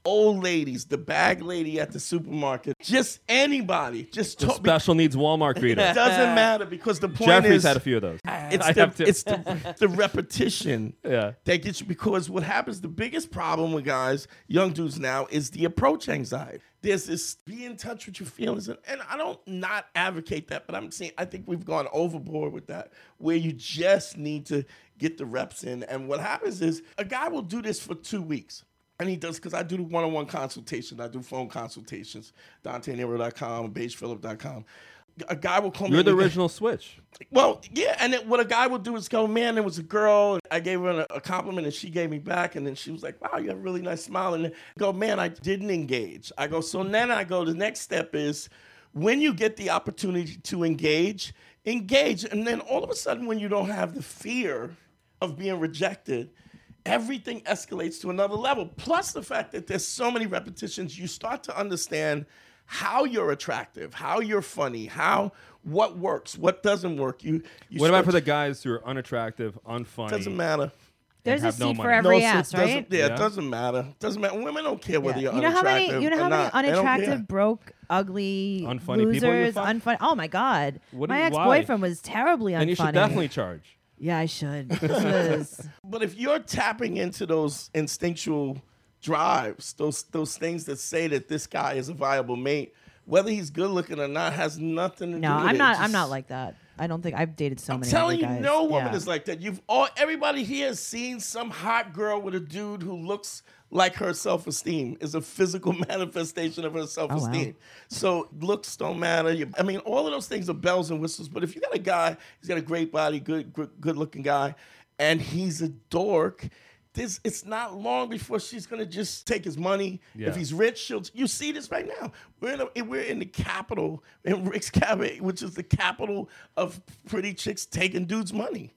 [SPEAKER 3] Old ladies, the bag lady at the supermarket, just anybody, just talk.
[SPEAKER 1] Special needs Walmart
[SPEAKER 3] it
[SPEAKER 1] greeter.
[SPEAKER 3] doesn't matter because the point
[SPEAKER 1] Jeffrey's
[SPEAKER 3] is
[SPEAKER 1] had a few of those.
[SPEAKER 3] it's
[SPEAKER 1] I
[SPEAKER 3] the,
[SPEAKER 1] have to-
[SPEAKER 3] it's the, the repetition
[SPEAKER 1] Yeah.
[SPEAKER 3] that gets you because what happens the biggest problem with guys young dudes now is the approach anxiety there's this be in touch with your feelings and, and i don't not advocate that but i'm saying i think we've gone overboard with that where you just need to get the reps in and what happens is a guy will do this for two weeks and he does because I do the one-on-one consultation. I do phone consultations. DanteNero.com, BeigePhillip.com. A guy will call me.
[SPEAKER 1] You're the
[SPEAKER 3] and he-
[SPEAKER 1] original Switch.
[SPEAKER 3] well, yeah, and it, what a guy would do is go, man, there was a girl. I gave her a, a compliment, and she gave me back, and then she was like, wow, you have a really nice smile. And then I go, man, I didn't engage. I go, so then I go, the next step is when you get the opportunity to engage, engage, and then all of a sudden, when you don't have the fear of being rejected, everything escalates to another level. Plus the fact that there's so many repetitions, you start to understand how you're attractive, how you're funny, how what works, what doesn't work. You, you
[SPEAKER 1] What about
[SPEAKER 3] start
[SPEAKER 1] for the
[SPEAKER 3] to-
[SPEAKER 1] guys who are unattractive, unfunny?
[SPEAKER 3] doesn't matter.
[SPEAKER 4] There's a
[SPEAKER 1] have
[SPEAKER 4] seat
[SPEAKER 1] no
[SPEAKER 4] for
[SPEAKER 1] money.
[SPEAKER 4] every
[SPEAKER 3] so it
[SPEAKER 4] ass,
[SPEAKER 3] doesn't-
[SPEAKER 4] right?
[SPEAKER 3] Yeah,
[SPEAKER 1] Yeah.
[SPEAKER 3] it doesn't matter. Doesn't matter. Women don't care whether
[SPEAKER 4] Yeah.
[SPEAKER 3] you're
[SPEAKER 4] You know how many?
[SPEAKER 3] unattractive
[SPEAKER 4] You know
[SPEAKER 3] or
[SPEAKER 4] how many
[SPEAKER 3] not. They don't care.
[SPEAKER 4] unattractive, broke, ugly,
[SPEAKER 1] Unfunny people you
[SPEAKER 4] losers,
[SPEAKER 1] fuck?
[SPEAKER 4] unfunny. Oh my god,
[SPEAKER 1] What do
[SPEAKER 4] my
[SPEAKER 1] you-
[SPEAKER 4] ex
[SPEAKER 1] why?
[SPEAKER 4] boyfriend was terribly unfunny.
[SPEAKER 1] And you should definitely charge.
[SPEAKER 4] Yeah, I should. This was
[SPEAKER 3] But if you're tapping into those instinctual drives, those those things that say that this guy is a viable mate, whether he's good looking or not, has nothing to
[SPEAKER 4] no,
[SPEAKER 3] do with
[SPEAKER 4] I'm
[SPEAKER 3] it.
[SPEAKER 4] not. I'm
[SPEAKER 3] Just-
[SPEAKER 4] not like that. I don't think I've dated so
[SPEAKER 3] I'm
[SPEAKER 4] many.
[SPEAKER 3] telling
[SPEAKER 4] ugly
[SPEAKER 3] you,
[SPEAKER 4] guys.
[SPEAKER 3] no woman
[SPEAKER 4] Yeah.
[SPEAKER 3] is like that. You've all everybody here has seen some hot girl with a dude who looks like her self-esteem is a physical manifestation
[SPEAKER 4] Oh,
[SPEAKER 3] of her self-esteem. So looks don't matter. You- I mean, all of those things are bells and whistles. But if you got a guy, he's got a great body, good, good, good-looking guy, and he's a dork. This it's not long before she's gonna just take his money.
[SPEAKER 1] Yeah.
[SPEAKER 3] If he's rich, she'll. You see this right now. We're in a, we're in the capital in Rick's Cabaret, which is the capital of pretty chicks taking dudes' money,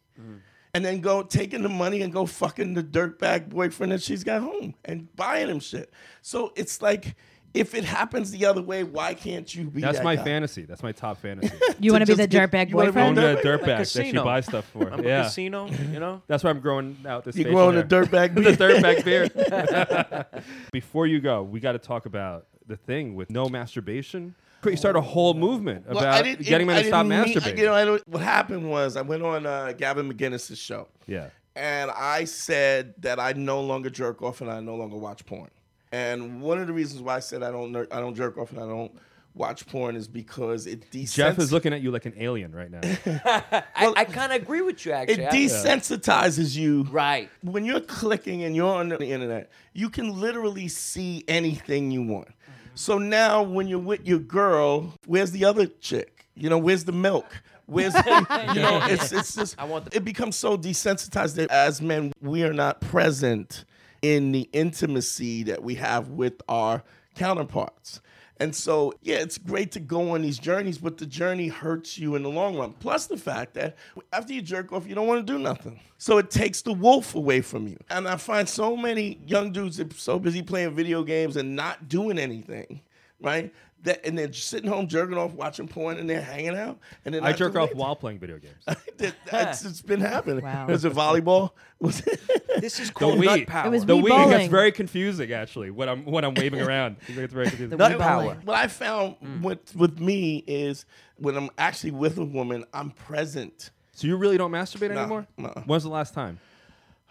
[SPEAKER 3] and then go taking the money and go fucking the dirtbag boyfriend that she's got home and buying him shit. So it's like. If it happens the other way, why can't you be?
[SPEAKER 1] That's
[SPEAKER 3] that
[SPEAKER 1] my
[SPEAKER 3] guy?
[SPEAKER 1] fantasy. That's my top fantasy.
[SPEAKER 4] You want to
[SPEAKER 3] just
[SPEAKER 4] be the
[SPEAKER 3] get-
[SPEAKER 4] dirtbag
[SPEAKER 3] you wanna be
[SPEAKER 1] Own
[SPEAKER 4] boyfriend?
[SPEAKER 1] a
[SPEAKER 3] Like
[SPEAKER 1] dirtbag that she
[SPEAKER 2] casino.
[SPEAKER 1] buys stuff for.
[SPEAKER 2] I'm
[SPEAKER 1] yeah.
[SPEAKER 2] a casino, you know?
[SPEAKER 1] That's where I'm growing out this.
[SPEAKER 3] You're
[SPEAKER 1] station
[SPEAKER 3] growing a
[SPEAKER 1] there.
[SPEAKER 3] dirtbag
[SPEAKER 1] the
[SPEAKER 3] beard.
[SPEAKER 1] dirtbag beard. Before you go, we got to talk about the thing with no masturbation. You start a whole movement about
[SPEAKER 3] Well, I didn't-
[SPEAKER 1] getting men
[SPEAKER 3] I
[SPEAKER 1] to stop
[SPEAKER 3] didn't mean- I-
[SPEAKER 1] masturbating.
[SPEAKER 3] you know, I don't, what happened was I went on uh, Gavin McGinnis's show.
[SPEAKER 1] yeah.
[SPEAKER 3] and I said that I no longer jerk off and I no longer watch porn. And one of the reasons why I said I don't ner- I don't jerk off and I don't watch porn is because it desensitizes
[SPEAKER 1] Jeff is looking at you like an alien right now.
[SPEAKER 2] I, I kind of agree with you,
[SPEAKER 3] it
[SPEAKER 2] actually. I-
[SPEAKER 3] desensitizes you
[SPEAKER 2] Right.
[SPEAKER 3] when you're clicking and you're on the internet, you can literally see anything you want. So now when you're with your girl, where's the other chick? You know, where's the milk? Where's the, you know, it's it's just
[SPEAKER 2] want
[SPEAKER 3] it becomes so desensitized that as men we are not present in the intimacy that we have with our counterparts. And so, yeah, it's great to go on these journeys, but the journey hurts you in the long run. Plus, the fact that after you jerk off, you don't want to do nothing. So, it takes the wolf away from you. And I find so many young dudes that are so busy playing video games and not doing anything, right? that and they're sitting home jerking off, watching porn, and they're hanging out. And then
[SPEAKER 1] I
[SPEAKER 3] after
[SPEAKER 1] jerk off
[SPEAKER 3] late-
[SPEAKER 1] while playing video games.
[SPEAKER 3] That- that's- it's been happening.
[SPEAKER 4] Wow.
[SPEAKER 3] Was it volleyball? Was it
[SPEAKER 2] This is
[SPEAKER 1] The
[SPEAKER 2] called nut
[SPEAKER 1] weed.
[SPEAKER 2] power.
[SPEAKER 4] It was
[SPEAKER 1] the
[SPEAKER 4] weed
[SPEAKER 1] weed
[SPEAKER 4] bowling.
[SPEAKER 1] gets very confusing actually when I'm when I'm waving around. It gets very confusing.
[SPEAKER 4] Nut
[SPEAKER 3] What-
[SPEAKER 4] power.
[SPEAKER 3] What I found with with me is when I'm actually with a woman, I'm present.
[SPEAKER 1] So you really don't masturbate
[SPEAKER 3] Nah,
[SPEAKER 1] anymore?
[SPEAKER 3] nah.
[SPEAKER 1] When's the last time?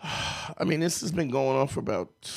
[SPEAKER 3] I mean, this has been going on for about t-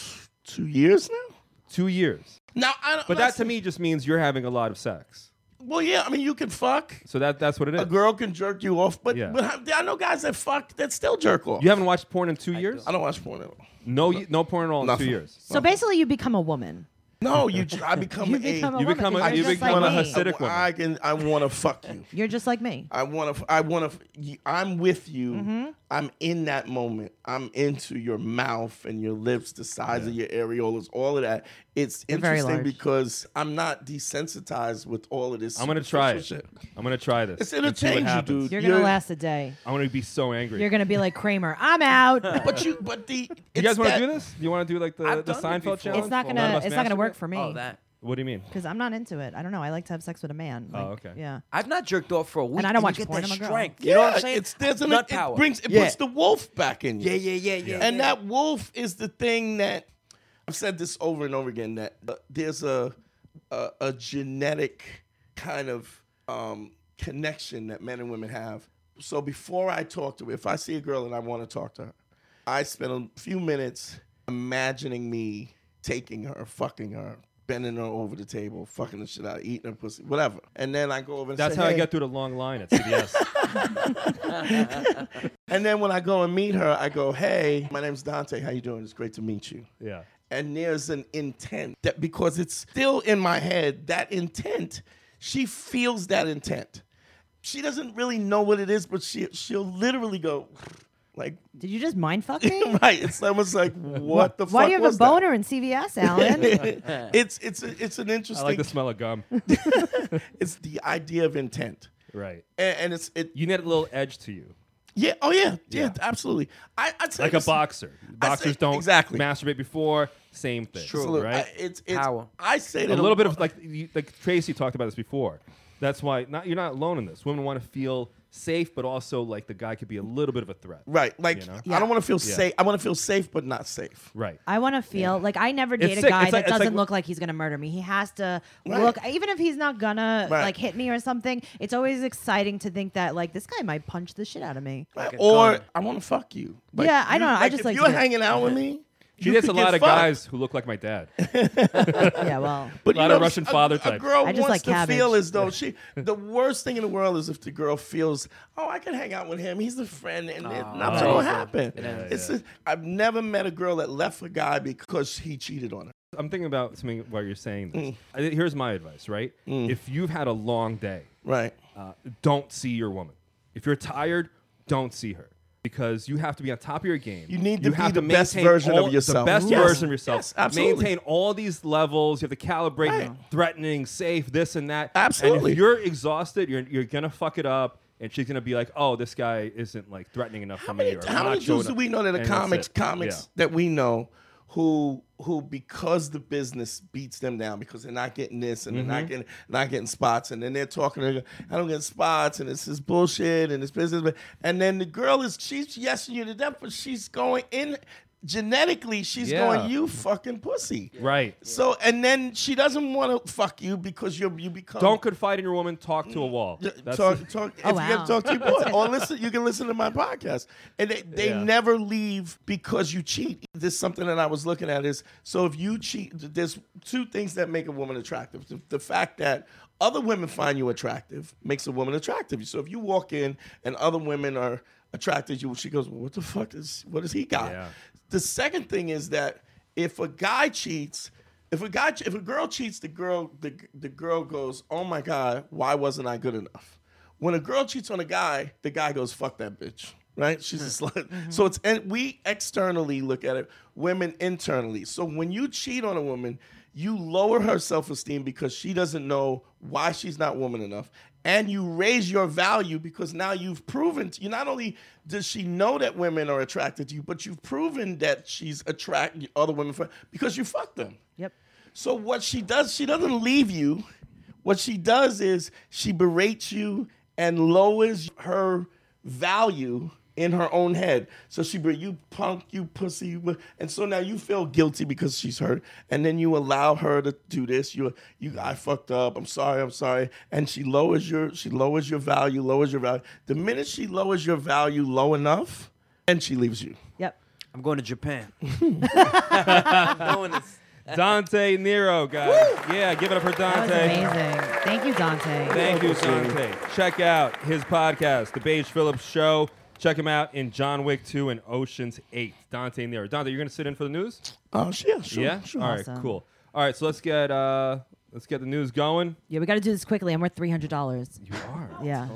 [SPEAKER 3] two years now.
[SPEAKER 1] Two years.
[SPEAKER 3] Now, I don't,
[SPEAKER 1] But that to me just means you're having a lot of sex.
[SPEAKER 3] well, yeah. I mean, you can fuck.
[SPEAKER 1] So that that's what it is.
[SPEAKER 3] A girl can jerk you off, but,
[SPEAKER 1] Yeah.
[SPEAKER 3] but I, I know guys that fuck that still jerk off.
[SPEAKER 1] You haven't watched porn in two years?
[SPEAKER 3] I don't watch porn at all.
[SPEAKER 1] No, y- no porn at all in
[SPEAKER 3] Nothing.
[SPEAKER 1] two years.
[SPEAKER 4] So basically, you become a woman.
[SPEAKER 3] No, you. j- I become
[SPEAKER 4] You
[SPEAKER 3] a.
[SPEAKER 4] become a
[SPEAKER 1] You
[SPEAKER 4] woman.
[SPEAKER 1] become a-
[SPEAKER 4] because
[SPEAKER 1] you
[SPEAKER 4] you're just
[SPEAKER 1] become
[SPEAKER 4] like
[SPEAKER 1] a
[SPEAKER 4] me.
[SPEAKER 1] Hasidic- Acidic woman.
[SPEAKER 3] I can. I want to fuck you.
[SPEAKER 4] You're just like me.
[SPEAKER 3] I want to. I want to. I'm with you.
[SPEAKER 2] Mm-hmm.
[SPEAKER 3] I'm in that moment. I'm into your mouth and your lips, the size of your areolas, all of that. It's
[SPEAKER 4] very
[SPEAKER 3] interesting
[SPEAKER 4] large.
[SPEAKER 3] because I'm not desensitized with all of this.
[SPEAKER 1] I'm gonna try it.
[SPEAKER 3] superficial shit.
[SPEAKER 1] I'm gonna try this.
[SPEAKER 3] It's
[SPEAKER 1] and see what
[SPEAKER 3] entertains you,
[SPEAKER 1] happens.
[SPEAKER 3] dude.
[SPEAKER 4] You're gonna
[SPEAKER 3] You're-
[SPEAKER 4] last a day.
[SPEAKER 1] I'm gonna be so angry.
[SPEAKER 4] You're gonna be like Kramer. I'm out.
[SPEAKER 3] But you. But the.
[SPEAKER 1] you guys want to do this? You want to do like the,
[SPEAKER 2] I've
[SPEAKER 1] the
[SPEAKER 2] done it
[SPEAKER 1] Seinfeld
[SPEAKER 2] before.
[SPEAKER 1] challenge?
[SPEAKER 4] it's not
[SPEAKER 1] Well,
[SPEAKER 4] gonna.
[SPEAKER 1] must
[SPEAKER 4] It's not gonna
[SPEAKER 1] masturbate?
[SPEAKER 4] work for me.
[SPEAKER 2] Oh, that.
[SPEAKER 1] What do you mean?
[SPEAKER 4] because I'm not into it. I don't know. I like to have sex with a man. Like,
[SPEAKER 1] Oh, okay.
[SPEAKER 4] Yeah.
[SPEAKER 2] I've not jerked off for a week.
[SPEAKER 4] I don't
[SPEAKER 2] you
[SPEAKER 4] watch
[SPEAKER 2] get
[SPEAKER 4] porn,
[SPEAKER 2] that
[SPEAKER 4] I'm a girl.
[SPEAKER 2] strength. You
[SPEAKER 3] Yeah,
[SPEAKER 2] know what I'm saying?
[SPEAKER 3] It's there's an,
[SPEAKER 2] nut
[SPEAKER 3] it
[SPEAKER 2] power.
[SPEAKER 3] brings it
[SPEAKER 2] yeah.
[SPEAKER 3] puts the wolf back in you.
[SPEAKER 2] yeah, yeah, yeah, yeah.
[SPEAKER 3] And
[SPEAKER 2] yeah.
[SPEAKER 3] that wolf is the thing that I've said this over and over again that uh, there's a, a a genetic kind of um, connection that men and women have. So before I talk to, if I see a girl and I want to talk to her, I spend a few minutes imagining me taking her, fucking her, bending her over the table, fucking the shit out, eating her pussy, whatever. And then I go over. And
[SPEAKER 1] That's
[SPEAKER 3] say,
[SPEAKER 1] how I
[SPEAKER 3] "Hey."
[SPEAKER 1] get through the long line at CBS.
[SPEAKER 3] And then when I go and meet her, I go, "Hey, my name's Dante. How you doing? It's great to meet you."
[SPEAKER 1] yeah.
[SPEAKER 3] and there's an intent that because it's still in my head that intent she feels that intent she doesn't really know what it is but she she'll literally go like
[SPEAKER 4] Did you just mind fuck me?
[SPEAKER 3] right it's almost like what the fuck
[SPEAKER 4] Why do you have
[SPEAKER 3] was
[SPEAKER 4] a
[SPEAKER 3] that?
[SPEAKER 4] boner in CVS, Alan?
[SPEAKER 3] it's it's a, it's an
[SPEAKER 1] I
[SPEAKER 3] interesting
[SPEAKER 1] like the smell of gum.
[SPEAKER 3] it's the idea of intent
[SPEAKER 1] right.
[SPEAKER 3] and, and it's it
[SPEAKER 1] You need a little edge to you,
[SPEAKER 3] yeah oh yeah yeah,
[SPEAKER 1] Yeah.
[SPEAKER 3] absolutely i I'd say
[SPEAKER 1] like a
[SPEAKER 3] this-
[SPEAKER 1] boxer.
[SPEAKER 3] I say-
[SPEAKER 1] Boxers don't
[SPEAKER 3] exactly.
[SPEAKER 1] masturbate before. Same thing.
[SPEAKER 3] absolutely.
[SPEAKER 1] Right.
[SPEAKER 3] I, it's it's
[SPEAKER 2] Power.
[SPEAKER 3] i say that
[SPEAKER 1] a little bit of like you, like Tracy talked about this before. That's why not, you're not alone in this. Women want to feel safe, but also like the guy could be a little bit of a threat.
[SPEAKER 3] right like
[SPEAKER 1] You know?
[SPEAKER 3] i don't want to feel
[SPEAKER 1] Yeah.
[SPEAKER 3] safe i want to feel safe but not safe
[SPEAKER 1] Right.
[SPEAKER 4] I want to feel like I never date a
[SPEAKER 1] sick.
[SPEAKER 4] guy
[SPEAKER 1] It's like-
[SPEAKER 4] that
[SPEAKER 1] it's like-
[SPEAKER 4] doesn't look like he's gonna murder me. He has to
[SPEAKER 3] Right.
[SPEAKER 4] look, even if he's not gonna
[SPEAKER 3] Right.
[SPEAKER 4] like hit me or something. It's always exciting to think that like this guy might punch the shit out of me.
[SPEAKER 3] Like,
[SPEAKER 2] a
[SPEAKER 3] or
[SPEAKER 2] gun.
[SPEAKER 3] I want to fuck you.
[SPEAKER 4] Yeah, I
[SPEAKER 3] you-
[SPEAKER 4] know, I just
[SPEAKER 3] if
[SPEAKER 4] like to
[SPEAKER 3] you're
[SPEAKER 4] get-
[SPEAKER 3] hanging out with me.
[SPEAKER 1] She
[SPEAKER 3] you
[SPEAKER 1] dates a
[SPEAKER 3] could
[SPEAKER 1] lot
[SPEAKER 3] get
[SPEAKER 1] of
[SPEAKER 3] fucked.
[SPEAKER 1] guys who look like my dad.
[SPEAKER 4] yeah. Well.
[SPEAKER 3] But
[SPEAKER 1] lot
[SPEAKER 3] you
[SPEAKER 1] of
[SPEAKER 3] know,
[SPEAKER 1] Russian
[SPEAKER 3] a-
[SPEAKER 1] father
[SPEAKER 3] A
[SPEAKER 1] type.
[SPEAKER 3] girl
[SPEAKER 4] I just
[SPEAKER 3] wants
[SPEAKER 4] like
[SPEAKER 3] to feel
[SPEAKER 4] cabbage.
[SPEAKER 3] as though she. The worst thing in the world is if the girl feels, oh, I can hang out with him. He's a friend, and it, nothing will happen. it's just- I've never met a girl that left a guy because he cheated on her.
[SPEAKER 1] I'm thinking about something while you're saying
[SPEAKER 3] Mm.
[SPEAKER 1] this. I thi- Here's my advice, right? If you've had a long day,
[SPEAKER 3] Right.
[SPEAKER 1] uh, don't see your woman. If you're tired, don't see her because you have to be on top of your game.
[SPEAKER 3] You need to
[SPEAKER 1] have
[SPEAKER 3] be the best
[SPEAKER 1] maintain
[SPEAKER 3] version of
[SPEAKER 1] all-
[SPEAKER 3] yourself.
[SPEAKER 1] The best
[SPEAKER 3] Yes.
[SPEAKER 1] version of yourself.
[SPEAKER 3] Yes, absolutely.
[SPEAKER 1] Maintain all these levels. You have to calibrate
[SPEAKER 3] Right.
[SPEAKER 1] threatening, safe, this and that. And
[SPEAKER 3] Absolutely.
[SPEAKER 1] if you're exhausted, you're, you're going to fuck it up. And she's gonna be like, "Oh, this guy isn't like threatening enough
[SPEAKER 3] How
[SPEAKER 1] for me."
[SPEAKER 3] many,
[SPEAKER 1] or
[SPEAKER 3] how
[SPEAKER 1] not
[SPEAKER 3] many
[SPEAKER 1] showing
[SPEAKER 3] dudes do
[SPEAKER 1] up."
[SPEAKER 3] we know that are
[SPEAKER 1] And that's
[SPEAKER 3] comics,
[SPEAKER 1] it.
[SPEAKER 3] comics
[SPEAKER 1] Yeah.
[SPEAKER 3] that we know who who because the business beats them down because they're not getting this and they're
[SPEAKER 1] Mm-hmm.
[SPEAKER 3] not getting not getting spots and then they're talking to her, I don't get spots and it's this bullshit and this business but- and then the girl is she's yesing you to death but she's going in genetically she's
[SPEAKER 1] Yeah.
[SPEAKER 3] going you fucking pussy
[SPEAKER 1] Right.
[SPEAKER 3] so and then she doesn't want to fuck you because you you become
[SPEAKER 1] Don't confide in your woman. Talk to a wall.
[SPEAKER 3] yeah,
[SPEAKER 1] That's
[SPEAKER 3] talk, talk. if
[SPEAKER 4] Oh,
[SPEAKER 3] you
[SPEAKER 4] wow.
[SPEAKER 3] have to talk to your boy, or listen, you can listen to my podcast. And they, they
[SPEAKER 1] Yeah.
[SPEAKER 3] never leave because you cheat. This is something that I was looking at is so if you cheat, there's two things that make a woman attractive. The, the fact that other women find you attractive makes a woman attractive. So if you walk in and other women are attracted to you, she goes, well, "What the fuck is? What does he got?"
[SPEAKER 1] Yeah.
[SPEAKER 3] The second thing is that if a guy cheats, if a guy, if a girl cheats, the girl, the, the girl goes, "Oh my god, why wasn't I good enough?" When a girl cheats on a guy, the guy goes, "Fuck that bitch," right? She's a slut. So it's and we externally look at it, women internally. So when you cheat on a woman, you lower her self esteem because she doesn't know why she's not woman enough. And you raise your value because now you've proven you not only does she know that women are attracted to you, but you've proven that she's attracting other women for, because you fucked them.
[SPEAKER 4] Yep.
[SPEAKER 3] So what she does, she doesn't leave you What she does is she berates you and lowers her value in her own head. So she be you punk, you pussy, you, bu-" and so now you feel guilty because she's hurt, and then you allow her to do this. You you I fucked up. I'm sorry. I'm sorry. And she lowers your she lowers your value, lowers your value. The minute she lowers your value low enough, and she leaves you.
[SPEAKER 4] Yep.
[SPEAKER 2] I'm going to Japan. I'm doing this.
[SPEAKER 1] Dante Nero, guys. Yeah, give it up for
[SPEAKER 4] That was
[SPEAKER 1] Dante.
[SPEAKER 4] amazing. Thank you, Dante.
[SPEAKER 1] Thank you, Dante. Check out his podcast, The Beige Phillips Show. Check him out in John Wick 2 and Ocean's 8. Dante Nero. Dante, you're going to sit in for the news?
[SPEAKER 3] Oh yeah, sure,
[SPEAKER 1] yeah.
[SPEAKER 3] sure.
[SPEAKER 1] All right,
[SPEAKER 4] Awesome.
[SPEAKER 1] cool. All right, so let's get uh let's get the news going.
[SPEAKER 4] Yeah, we got to do this quickly. I'm worth three hundred dollars.
[SPEAKER 1] You are.
[SPEAKER 4] Yeah.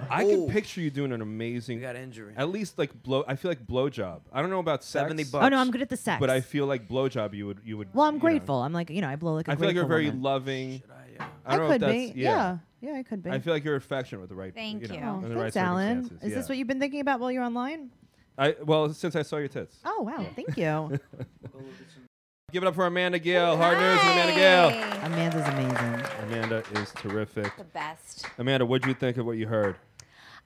[SPEAKER 4] so.
[SPEAKER 1] I can
[SPEAKER 2] Ooh.
[SPEAKER 1] picture you doing an amazing
[SPEAKER 2] We got injury.
[SPEAKER 1] At least like blow I feel like blowjob. I don't know about sex,
[SPEAKER 2] 70 bucks.
[SPEAKER 4] Oh no, I'm good at the sex.
[SPEAKER 1] but I feel like blowjob you would you would
[SPEAKER 4] well, I'm
[SPEAKER 1] you know.
[SPEAKER 4] grateful. I'm like, you know, I blow like. a
[SPEAKER 1] I feel like you're
[SPEAKER 4] grateful
[SPEAKER 1] very
[SPEAKER 4] woman.
[SPEAKER 1] loving.
[SPEAKER 2] Should I, uh,
[SPEAKER 1] I don't
[SPEAKER 4] I
[SPEAKER 1] know if
[SPEAKER 4] could
[SPEAKER 1] that's
[SPEAKER 4] be. Yeah. yeah. I could be.
[SPEAKER 1] I feel like you're affectionate with the right.
[SPEAKER 5] Thank
[SPEAKER 1] you.
[SPEAKER 5] you.
[SPEAKER 1] Know,
[SPEAKER 5] Oh,
[SPEAKER 1] in the right
[SPEAKER 4] Thanks, Alan.
[SPEAKER 1] circumstances.
[SPEAKER 4] Is
[SPEAKER 1] yeah.
[SPEAKER 4] this what you've been thinking about while you're online?
[SPEAKER 1] I well since I saw your tits.
[SPEAKER 4] Oh wow, thank you.
[SPEAKER 1] Give it up for Amanda Gill. Hard news for Amanda Gill.
[SPEAKER 5] Hey.
[SPEAKER 4] Amanda's amazing.
[SPEAKER 1] Amanda is terrific.
[SPEAKER 5] The best.
[SPEAKER 1] Amanda, what'd you think of what you heard?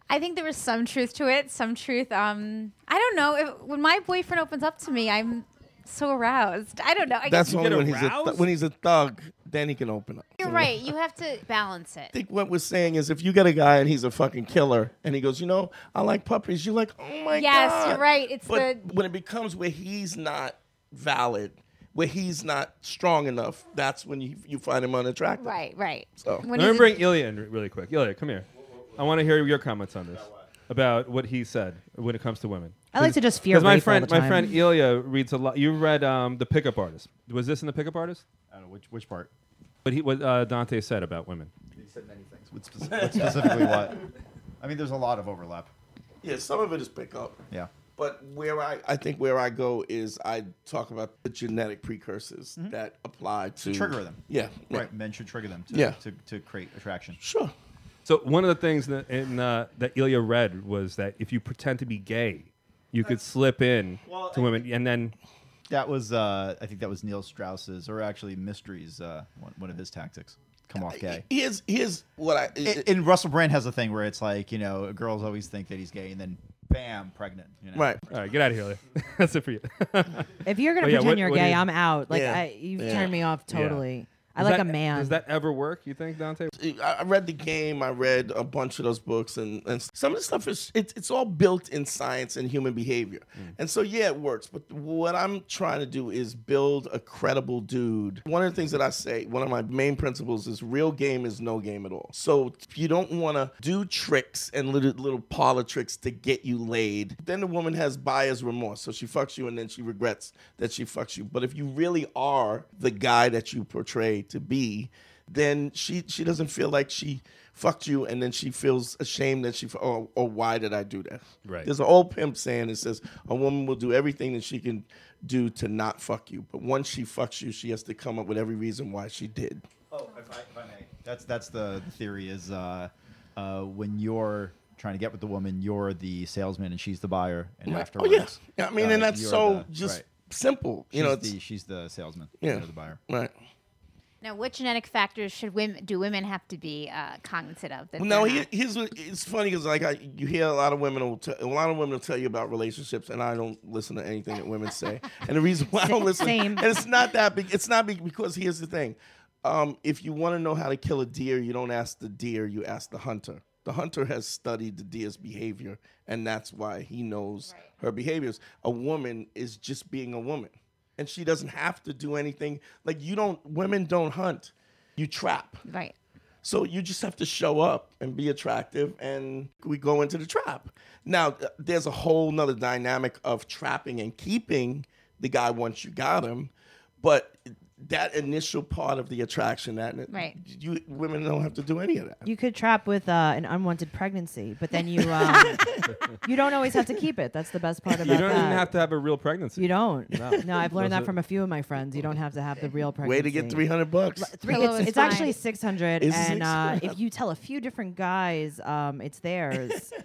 [SPEAKER 5] I think there was some truth to it. Some truth. Um, I don't know. If, when my boyfriend opens up to me, I'm so aroused. I don't know. I
[SPEAKER 3] That's
[SPEAKER 5] guess
[SPEAKER 3] only
[SPEAKER 1] get
[SPEAKER 3] when he's a th-
[SPEAKER 1] aroused?
[SPEAKER 3] when he's a thug, then he can open up.
[SPEAKER 5] you're right. You have to balance it.
[SPEAKER 3] I think what we're saying is if you get a guy and he's a fucking killer and he goes, you know, I like puppies, you're like, oh my
[SPEAKER 5] Yes,
[SPEAKER 3] god.
[SPEAKER 5] you're right. It's
[SPEAKER 3] but
[SPEAKER 5] the-
[SPEAKER 3] when it becomes where he's not valid, where he's not strong enough, that's when you, you find him unattractive.
[SPEAKER 5] Right. Right.
[SPEAKER 3] So-
[SPEAKER 1] Let
[SPEAKER 5] When he's
[SPEAKER 1] me
[SPEAKER 5] a-
[SPEAKER 1] bring Ilya in r- really quick. Ilya, come here. I want to hear your comments on this about what he said when it comes to women.
[SPEAKER 4] I like to just fear
[SPEAKER 1] Because my
[SPEAKER 4] rape all
[SPEAKER 1] friend,
[SPEAKER 4] the
[SPEAKER 1] my
[SPEAKER 4] time.
[SPEAKER 1] friend Ilya reads a lot. You read um, the Pickup Artist. Was this in the Pickup Artist?
[SPEAKER 6] I don't know which which part.
[SPEAKER 1] What he what uh, Dante said about women.
[SPEAKER 6] He said many things. What, speci- what specifically what? I mean, there's a lot of overlap.
[SPEAKER 3] Yeah, some of it is pickup.
[SPEAKER 6] Yeah.
[SPEAKER 3] But where I, I think where I go is I talk about the genetic precursors that apply to
[SPEAKER 6] Mm-hmm. Trigger them.
[SPEAKER 3] Yeah. yeah.
[SPEAKER 6] Right. Men should trigger them to,
[SPEAKER 3] Yeah.
[SPEAKER 6] to, to create attraction.
[SPEAKER 3] Sure.
[SPEAKER 1] So one of the things that in, uh, that Ilya read was that if you pretend to be gay, you could slip in
[SPEAKER 6] well,
[SPEAKER 1] to
[SPEAKER 6] I-
[SPEAKER 1] women, and then
[SPEAKER 6] That was, uh, I think that was Neil Strauss's, or actually Mystery's, uh, one, one of his tactics. Come off gay.
[SPEAKER 3] Here's here's what I
[SPEAKER 6] And, and Russell Brand has a thing where it's like, you know, girls always think that he's gay and then bam, pregnant. You know?
[SPEAKER 3] right.
[SPEAKER 1] all right, get out of here, Ilya. That's it for you.
[SPEAKER 4] If you're gonna
[SPEAKER 1] Oh, yeah,
[SPEAKER 4] pretend
[SPEAKER 1] what-
[SPEAKER 4] you're
[SPEAKER 1] what do
[SPEAKER 4] gay,
[SPEAKER 1] you-
[SPEAKER 4] I'm out. Like
[SPEAKER 3] Yeah.
[SPEAKER 4] I, you've
[SPEAKER 3] Yeah.
[SPEAKER 4] turned me off
[SPEAKER 1] Yeah.
[SPEAKER 4] totally. I
[SPEAKER 1] Does
[SPEAKER 4] like
[SPEAKER 1] that-
[SPEAKER 4] a man.
[SPEAKER 1] Does that ever work? You think Dante?
[SPEAKER 3] I I read the game. I read a bunch of those books, and, and some of the stuff is it's it's all built in science and human behavior. And so yeah, it works. But what I'm trying to do is build a credible dude. One of the things that I say, one of my main principles is real game is no game at all. So if you don't want to do tricks and little little parlor tricks to get you laid, then the woman has buyer's remorse. So she fucks you, and then she regrets that she fucks you. But if you really are the guy that you portray to be then she she doesn't feel like she fucked you, and then she feels ashamed that she f- or, or why did I do that?
[SPEAKER 1] Right.
[SPEAKER 3] There's an old pimp saying that says a woman will do everything that she can do to not fuck you, but once she fucks you, she has to come up with every reason why she did.
[SPEAKER 6] Oh, if I, if I may. That's that's the theory is uh, uh, when you're trying to get with the woman, you're the salesman and she's the buyer, and
[SPEAKER 3] oh
[SPEAKER 6] afterwards,
[SPEAKER 3] yeah, Yeah, I mean,
[SPEAKER 6] uh,
[SPEAKER 3] and that's
[SPEAKER 6] you're
[SPEAKER 3] so
[SPEAKER 6] the-
[SPEAKER 3] just
[SPEAKER 6] right.
[SPEAKER 3] simple, you
[SPEAKER 6] she's
[SPEAKER 3] know. It's,
[SPEAKER 6] the, she's the salesman,
[SPEAKER 3] yeah,
[SPEAKER 6] you're the buyer.
[SPEAKER 3] right.
[SPEAKER 5] Now, what genetic factors should women do women have to be uh, cognizant of? that
[SPEAKER 3] Well, no,
[SPEAKER 5] they're
[SPEAKER 3] he,
[SPEAKER 5] not?
[SPEAKER 3] here's what it's funny because like I, you hear a lot of women will t- a lot of women will tell you about relationships, and I don't listen to anything that women say. And the reason why I don't listen,
[SPEAKER 4] Same.
[SPEAKER 3] and it's not that big. It's not big because here's the thing: um, if you want to know how to kill a deer, you don't ask the deer, you ask the hunter. The hunter has studied the deer's behavior, and that's why he knows her behaviors. A woman is just being a woman, and she doesn't have to do anything. Like you don't, women don't hunt, you trap.
[SPEAKER 5] right.
[SPEAKER 3] So you just have to show up and be attractive, and we go into the trap. Now, th- there's a whole nother dynamic of trapping and keeping the guy once you got him, but that initial part of the attraction, that
[SPEAKER 5] Right.
[SPEAKER 3] you women don't have to do any of that.
[SPEAKER 4] you could trap with uh, an unwanted pregnancy, but then you um, you don't always have to keep it. That's the best part about
[SPEAKER 1] You don't
[SPEAKER 4] that.
[SPEAKER 1] even have to have a real pregnancy.
[SPEAKER 4] You don't. No, I've learned
[SPEAKER 1] Those
[SPEAKER 4] that
[SPEAKER 1] are-
[SPEAKER 4] from a few of my friends. You don't have to have the real pregnancy.
[SPEAKER 3] Way to get 300 bucks.
[SPEAKER 4] Three,
[SPEAKER 5] Hello
[SPEAKER 4] it's
[SPEAKER 5] is
[SPEAKER 4] it's actually
[SPEAKER 5] fine.
[SPEAKER 4] 600
[SPEAKER 3] Is it
[SPEAKER 4] and uh,
[SPEAKER 3] 600?
[SPEAKER 4] if you tell a few different guys um, it's theirs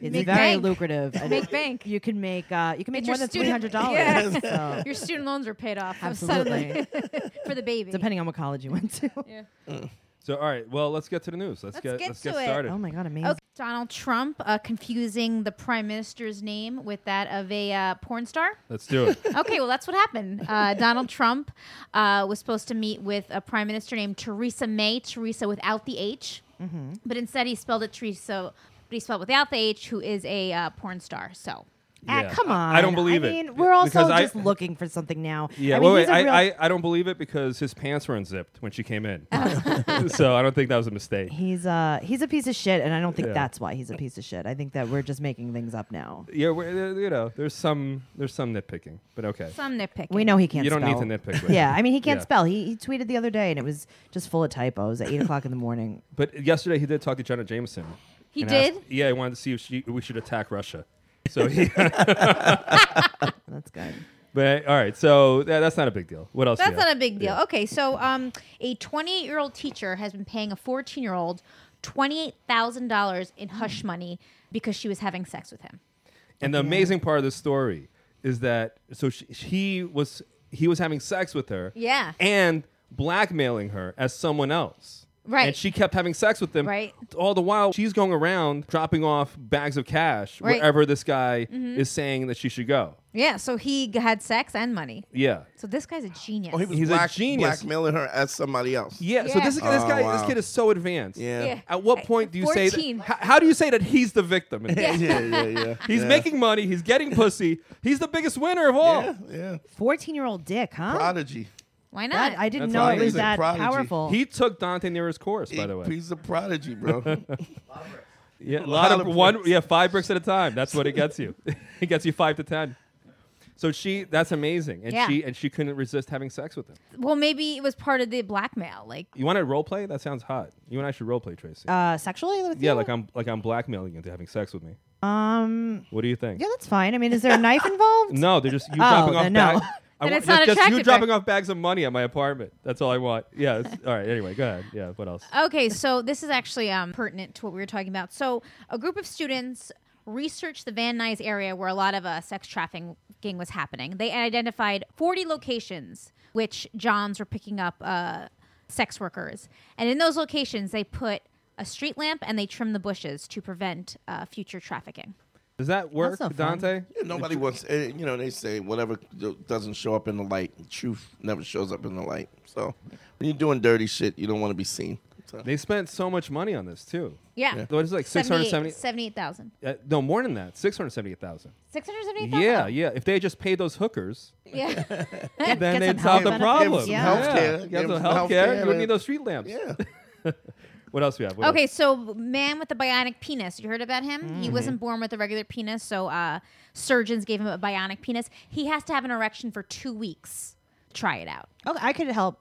[SPEAKER 4] it's very
[SPEAKER 5] Make bank.
[SPEAKER 4] lucrative and
[SPEAKER 5] Make bank.
[SPEAKER 4] you can make uh, you can make
[SPEAKER 5] Get
[SPEAKER 4] more
[SPEAKER 5] your
[SPEAKER 4] than
[SPEAKER 5] student-
[SPEAKER 4] $300
[SPEAKER 5] Yeah.
[SPEAKER 4] so,
[SPEAKER 5] Your student loans are paid off
[SPEAKER 4] Absolutely.
[SPEAKER 5] suddenly for the baby.
[SPEAKER 4] depending on what college you went to
[SPEAKER 5] Yeah.
[SPEAKER 1] So, all right. Well, let's get to the news. Let's,
[SPEAKER 5] Let's
[SPEAKER 1] get,
[SPEAKER 5] get
[SPEAKER 1] let's get
[SPEAKER 5] to it.
[SPEAKER 1] started.
[SPEAKER 4] Oh my god, amazing.
[SPEAKER 5] Okay. Donald Trump uh, confusing the prime minister's name with that of a uh, porn star.
[SPEAKER 1] Let's do it.
[SPEAKER 5] okay, well, that's what happened. Uh, Donald Trump uh, was supposed to meet with a prime minister named Theresa May, Theresa without the H, but instead he spelled it Teresa, but he spelled without the H, who is a uh, porn star. So
[SPEAKER 4] Ah,
[SPEAKER 1] Yeah.
[SPEAKER 4] come on.
[SPEAKER 1] I don't believe
[SPEAKER 4] I
[SPEAKER 1] it.
[SPEAKER 4] mean,
[SPEAKER 1] Yeah,
[SPEAKER 4] we're also
[SPEAKER 1] because I-
[SPEAKER 4] just looking for something now.
[SPEAKER 1] Yeah,
[SPEAKER 4] I mean,
[SPEAKER 1] wait,
[SPEAKER 4] he's
[SPEAKER 1] wait.
[SPEAKER 4] a
[SPEAKER 1] I,
[SPEAKER 4] real-
[SPEAKER 1] I, I don't believe it because his pants were unzipped when she came in.
[SPEAKER 4] Oh.
[SPEAKER 1] so I don't think that was a mistake.
[SPEAKER 4] He's uh he's a piece of shit, and I don't think
[SPEAKER 1] Yeah.
[SPEAKER 4] that's why he's a piece of shit. I think that we're just making things up now.
[SPEAKER 1] Yeah, we're, uh, you know, there's some there's some nitpicking, but okay.
[SPEAKER 5] some nitpicking.
[SPEAKER 4] We know he can't.
[SPEAKER 1] You don't
[SPEAKER 4] spell.
[SPEAKER 1] need to nitpick.
[SPEAKER 4] Yeah, I mean he can't
[SPEAKER 1] Yeah.
[SPEAKER 4] spell. He, he tweeted the other day, and it was just full of typos at eight o'clock in the morning.
[SPEAKER 1] But yesterday he did talk to Janet Jameson.
[SPEAKER 5] He
[SPEAKER 1] and asked-
[SPEAKER 5] did?
[SPEAKER 1] yeah, he wanted to see if she, we should attack Russia. So he,
[SPEAKER 4] That's good.
[SPEAKER 1] but all right. So that, that's not a big deal. What else? do
[SPEAKER 5] That's
[SPEAKER 1] you
[SPEAKER 5] not
[SPEAKER 1] have?
[SPEAKER 5] a big deal.
[SPEAKER 1] Yeah.
[SPEAKER 5] Okay, so um, a 28 year old teacher has been paying a 14 year old $28,000 in hush money because she was having sex with him.
[SPEAKER 1] And the amazing part of the story is that so she, he was he was having sex with her.
[SPEAKER 5] Yeah.
[SPEAKER 1] And blackmailing her as someone else.
[SPEAKER 5] Right.
[SPEAKER 1] And she kept having sex with him.
[SPEAKER 5] Right.
[SPEAKER 1] All the while she's going around dropping off bags of cash
[SPEAKER 5] Right. Mm-hmm.
[SPEAKER 1] wherever this guy is saying that she should go.
[SPEAKER 5] Yeah, so he g- had sex and money.
[SPEAKER 1] Yeah.
[SPEAKER 5] So this guy's a genius.
[SPEAKER 3] Oh, he was
[SPEAKER 1] He's a
[SPEAKER 3] black,
[SPEAKER 1] genius.
[SPEAKER 3] blackmailing her as somebody else.
[SPEAKER 1] Yeah. So
[SPEAKER 5] Yeah.
[SPEAKER 1] this, this
[SPEAKER 3] Oh,
[SPEAKER 1] guy this
[SPEAKER 3] wow.
[SPEAKER 1] kid is so advanced.
[SPEAKER 3] Yeah.
[SPEAKER 5] Yeah.
[SPEAKER 1] At what point do you say
[SPEAKER 5] 14.
[SPEAKER 1] that, how, how do you say that he's the victim? in this?
[SPEAKER 5] Yeah.
[SPEAKER 3] yeah, yeah, yeah.
[SPEAKER 1] He's
[SPEAKER 3] Yeah.
[SPEAKER 1] making money. He's getting pussy. He's the biggest winner of
[SPEAKER 5] Oh.
[SPEAKER 1] all.
[SPEAKER 3] Yeah, yeah.
[SPEAKER 4] Fourteen-year-old dick, huh?
[SPEAKER 3] Prodigy.
[SPEAKER 5] Why not?
[SPEAKER 4] That- I didn't
[SPEAKER 1] That's
[SPEAKER 4] know it
[SPEAKER 1] amazing.
[SPEAKER 4] was that
[SPEAKER 3] Prodigy.
[SPEAKER 4] powerful.
[SPEAKER 1] He took Dante Nero's course, by the way.
[SPEAKER 3] He's a prodigy, bro.
[SPEAKER 1] Yeah, a
[SPEAKER 3] lot
[SPEAKER 1] lot of
[SPEAKER 3] of
[SPEAKER 1] one.
[SPEAKER 3] bricks.
[SPEAKER 1] Yeah, five bricks at a time. That's what it gets you. it gets you five to ten. So she, that's amazing, and
[SPEAKER 5] Yeah.
[SPEAKER 1] she and she couldn't resist having sex with him.
[SPEAKER 5] well, maybe it was part of the blackmail. Like,
[SPEAKER 1] You want to role play? That sounds hot. You and I should role play, Tracy.
[SPEAKER 4] uh, sexually with
[SPEAKER 1] yeah,
[SPEAKER 4] you?
[SPEAKER 1] like I'm like I'm blackmailing you into having sex with me.
[SPEAKER 4] um
[SPEAKER 1] What do you think?
[SPEAKER 4] yeah, that's fine. I mean, is there a knife involved?
[SPEAKER 1] No, they're just you
[SPEAKER 4] Oh,
[SPEAKER 1] dropping off.
[SPEAKER 4] then no.
[SPEAKER 1] bag- I
[SPEAKER 5] Then
[SPEAKER 1] want-
[SPEAKER 5] it's not
[SPEAKER 1] just you
[SPEAKER 5] attractive, right?
[SPEAKER 1] dropping off bags of money at my apartment. That's all I want. Yeah. It's, all right. Anyway, go ahead. Yeah. What else?
[SPEAKER 5] okay, so this is actually um, pertinent to what we were talking about. So a group of students researched the Van Nuys area where a lot of uh, sex trafficking was happening. They identified 40 locations which Johns were picking up uh, sex workers, and in those locations they put a street lamp and they trimmed the bushes to prevent uh, future trafficking.
[SPEAKER 1] Does that work,
[SPEAKER 4] so fun.
[SPEAKER 1] Dante?
[SPEAKER 3] Yeah, nobody wants. eh, You know, they say whatever do- doesn't show up in the light, truth never shows up in the light. So when you're doing dirty shit, you don't want to be seen. So,
[SPEAKER 1] They spent so much money on this too.
[SPEAKER 5] Yeah,
[SPEAKER 1] What is it, like six hundred seventy?
[SPEAKER 5] 78,000.
[SPEAKER 1] Uh, no, more than that. Six hundred seventy-eight thousand.
[SPEAKER 5] 678,000?
[SPEAKER 1] Yeah, yeah. If they just paid those hookers,
[SPEAKER 5] Yeah.
[SPEAKER 4] Get-
[SPEAKER 1] then
[SPEAKER 4] get
[SPEAKER 1] they'd
[SPEAKER 4] some
[SPEAKER 1] solve
[SPEAKER 4] help.
[SPEAKER 1] the problem.
[SPEAKER 3] some healthcare.
[SPEAKER 1] Get
[SPEAKER 3] Give
[SPEAKER 1] some
[SPEAKER 3] them some
[SPEAKER 1] healthcare.
[SPEAKER 3] healthcare.
[SPEAKER 1] You wouldn't need those street lamps.
[SPEAKER 3] yeah,
[SPEAKER 1] What else we have? What
[SPEAKER 5] Okay,
[SPEAKER 1] else?
[SPEAKER 5] so man with the bionic penis. You heard about him?
[SPEAKER 1] Mm-hmm.
[SPEAKER 5] He wasn't born with a regular penis, so uh, surgeons gave him a bionic penis. He has to have an erection for two weeks. Try it out.
[SPEAKER 4] Okay, I could help.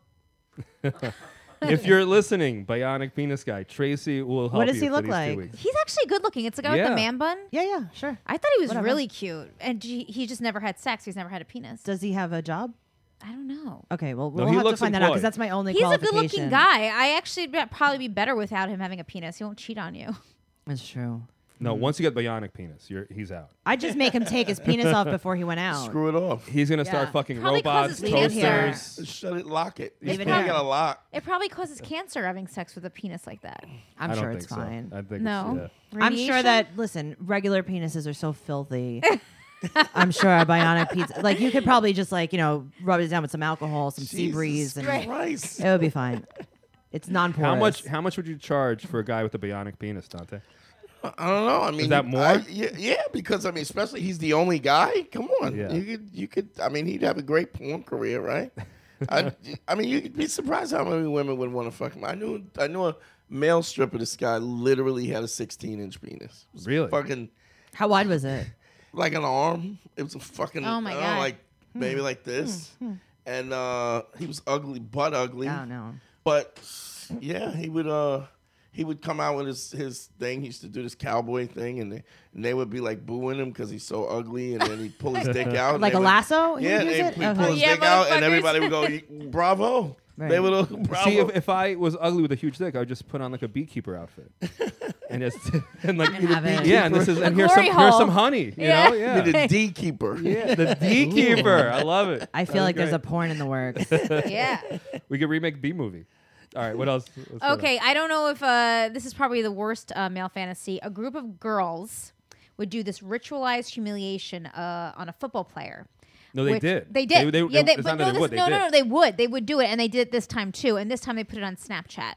[SPEAKER 1] if you're listening, bionic penis guy Tracy will help
[SPEAKER 4] What does
[SPEAKER 1] you
[SPEAKER 4] he
[SPEAKER 1] for
[SPEAKER 4] look
[SPEAKER 1] these
[SPEAKER 4] like?
[SPEAKER 1] Two weeks.
[SPEAKER 5] He's actually good looking. It's the guy with
[SPEAKER 1] Yeah.
[SPEAKER 5] the man bun.
[SPEAKER 4] Yeah, yeah, sure.
[SPEAKER 5] I thought he was
[SPEAKER 4] Whatever.
[SPEAKER 5] really cute, and he, he just never had sex. He's never had a penis.
[SPEAKER 4] Does he have a job?
[SPEAKER 5] I don't know.
[SPEAKER 4] Okay, well,
[SPEAKER 1] No,
[SPEAKER 4] we'll
[SPEAKER 1] he
[SPEAKER 4] have to
[SPEAKER 1] looks
[SPEAKER 4] find that out
[SPEAKER 1] employed.
[SPEAKER 4] because that's my only.
[SPEAKER 5] He's a good
[SPEAKER 4] qualification.
[SPEAKER 5] looking guy. I actually be- probably be better without him having a penis. He won't cheat on you.
[SPEAKER 4] That's true.
[SPEAKER 1] No, once you get bionic penis, you're, he's out.
[SPEAKER 4] I just make him take his penis off before he went out.
[SPEAKER 3] screw it off.
[SPEAKER 1] He's gonna start
[SPEAKER 4] Yeah.
[SPEAKER 1] fucking
[SPEAKER 5] Probably
[SPEAKER 1] robots,
[SPEAKER 5] causes cancer.
[SPEAKER 1] toasters.
[SPEAKER 3] Shut it. Lock it.
[SPEAKER 4] Leave
[SPEAKER 3] You
[SPEAKER 4] it
[SPEAKER 3] probably
[SPEAKER 4] out.
[SPEAKER 3] got a lock.
[SPEAKER 5] It probably causes cancer having sex with a penis like that.
[SPEAKER 4] I'm
[SPEAKER 1] I don't
[SPEAKER 4] sure
[SPEAKER 1] think
[SPEAKER 4] it's
[SPEAKER 1] so.
[SPEAKER 4] fine.
[SPEAKER 1] I think
[SPEAKER 5] No.
[SPEAKER 1] It's,
[SPEAKER 4] I'm sure
[SPEAKER 5] Radiation?
[SPEAKER 4] that listen, regular penises are so filthy. I'm sure a bionic pizza, like you could probably just like you know rub it down with some alcohol, some sea
[SPEAKER 3] Jesus
[SPEAKER 4] breeze, and
[SPEAKER 3] Christ.
[SPEAKER 4] it would be fine. It's non-porous.
[SPEAKER 1] yeah. How much? How much would you charge for a guy with a bionic penis, Dante?
[SPEAKER 3] I don't know. I mean,
[SPEAKER 1] that more?
[SPEAKER 3] I- yeah, yeah, because I mean, especially he's the only guy. Come on,
[SPEAKER 1] Yeah.
[SPEAKER 3] you could, you could. I mean, he'd have a great porn career, right? I, I mean, you'd be surprised how many women would want to fuck him. I knew, I knew a male stripper. This guy literally had a 16 inch penis. It was
[SPEAKER 1] Really?
[SPEAKER 3] Fucking
[SPEAKER 4] How wide was it?
[SPEAKER 3] like an arm. It was a fucking.
[SPEAKER 5] Oh, my
[SPEAKER 3] I don't
[SPEAKER 5] God. Hmm.
[SPEAKER 3] Know, like maybe like this, and uh, he was ugly, butt ugly.
[SPEAKER 5] Oh,
[SPEAKER 4] I don't know.
[SPEAKER 3] But yeah, he would uh he would come out with his his thing. He used to do this cowboy thing, and they, and they would be like booing him because he's so ugly, and then he'd pull his dick out, and
[SPEAKER 4] Like
[SPEAKER 3] they
[SPEAKER 4] a
[SPEAKER 3] would-
[SPEAKER 4] lasso? He
[SPEAKER 3] Yeah,
[SPEAKER 4] would use
[SPEAKER 3] they'd
[SPEAKER 4] it?
[SPEAKER 3] he'd pull
[SPEAKER 4] Okay.
[SPEAKER 3] his
[SPEAKER 5] Yeah,
[SPEAKER 3] dick out, and
[SPEAKER 5] motherfuckers.
[SPEAKER 3] everybody would go bravo. They
[SPEAKER 4] Right.
[SPEAKER 3] would all, bravo.
[SPEAKER 1] See, if, if I was ugly with a huge dick, I would just put on like a beekeeper outfit, and just and like
[SPEAKER 4] And have it.
[SPEAKER 1] yeah, and this is and here's some
[SPEAKER 5] glory
[SPEAKER 1] here's
[SPEAKER 5] hole.
[SPEAKER 1] some honey, you
[SPEAKER 5] Yeah.
[SPEAKER 1] know, Oh, yeah.
[SPEAKER 3] Be the D keeper.
[SPEAKER 1] Yeah, the beekeeper. I love it.
[SPEAKER 4] I feel like there's a porn in the works.
[SPEAKER 5] yeah.
[SPEAKER 1] We could remake B movie. All right, what else? What's going on?
[SPEAKER 5] Okay, I don't know if uh, this is probably the worst uh, male fantasy. A group of girls would do this ritualized humiliation uh, on a football player.
[SPEAKER 1] No, they
[SPEAKER 5] which-
[SPEAKER 1] did.
[SPEAKER 5] They did.
[SPEAKER 1] They- they-
[SPEAKER 5] yeah,
[SPEAKER 1] they-
[SPEAKER 5] they,
[SPEAKER 1] it's
[SPEAKER 5] but
[SPEAKER 1] not that
[SPEAKER 5] no,
[SPEAKER 1] they would, they
[SPEAKER 5] this- no, no,
[SPEAKER 1] did.
[SPEAKER 5] no, they would. They would do it, and they did it this time too. And this time they put it on Snapchat.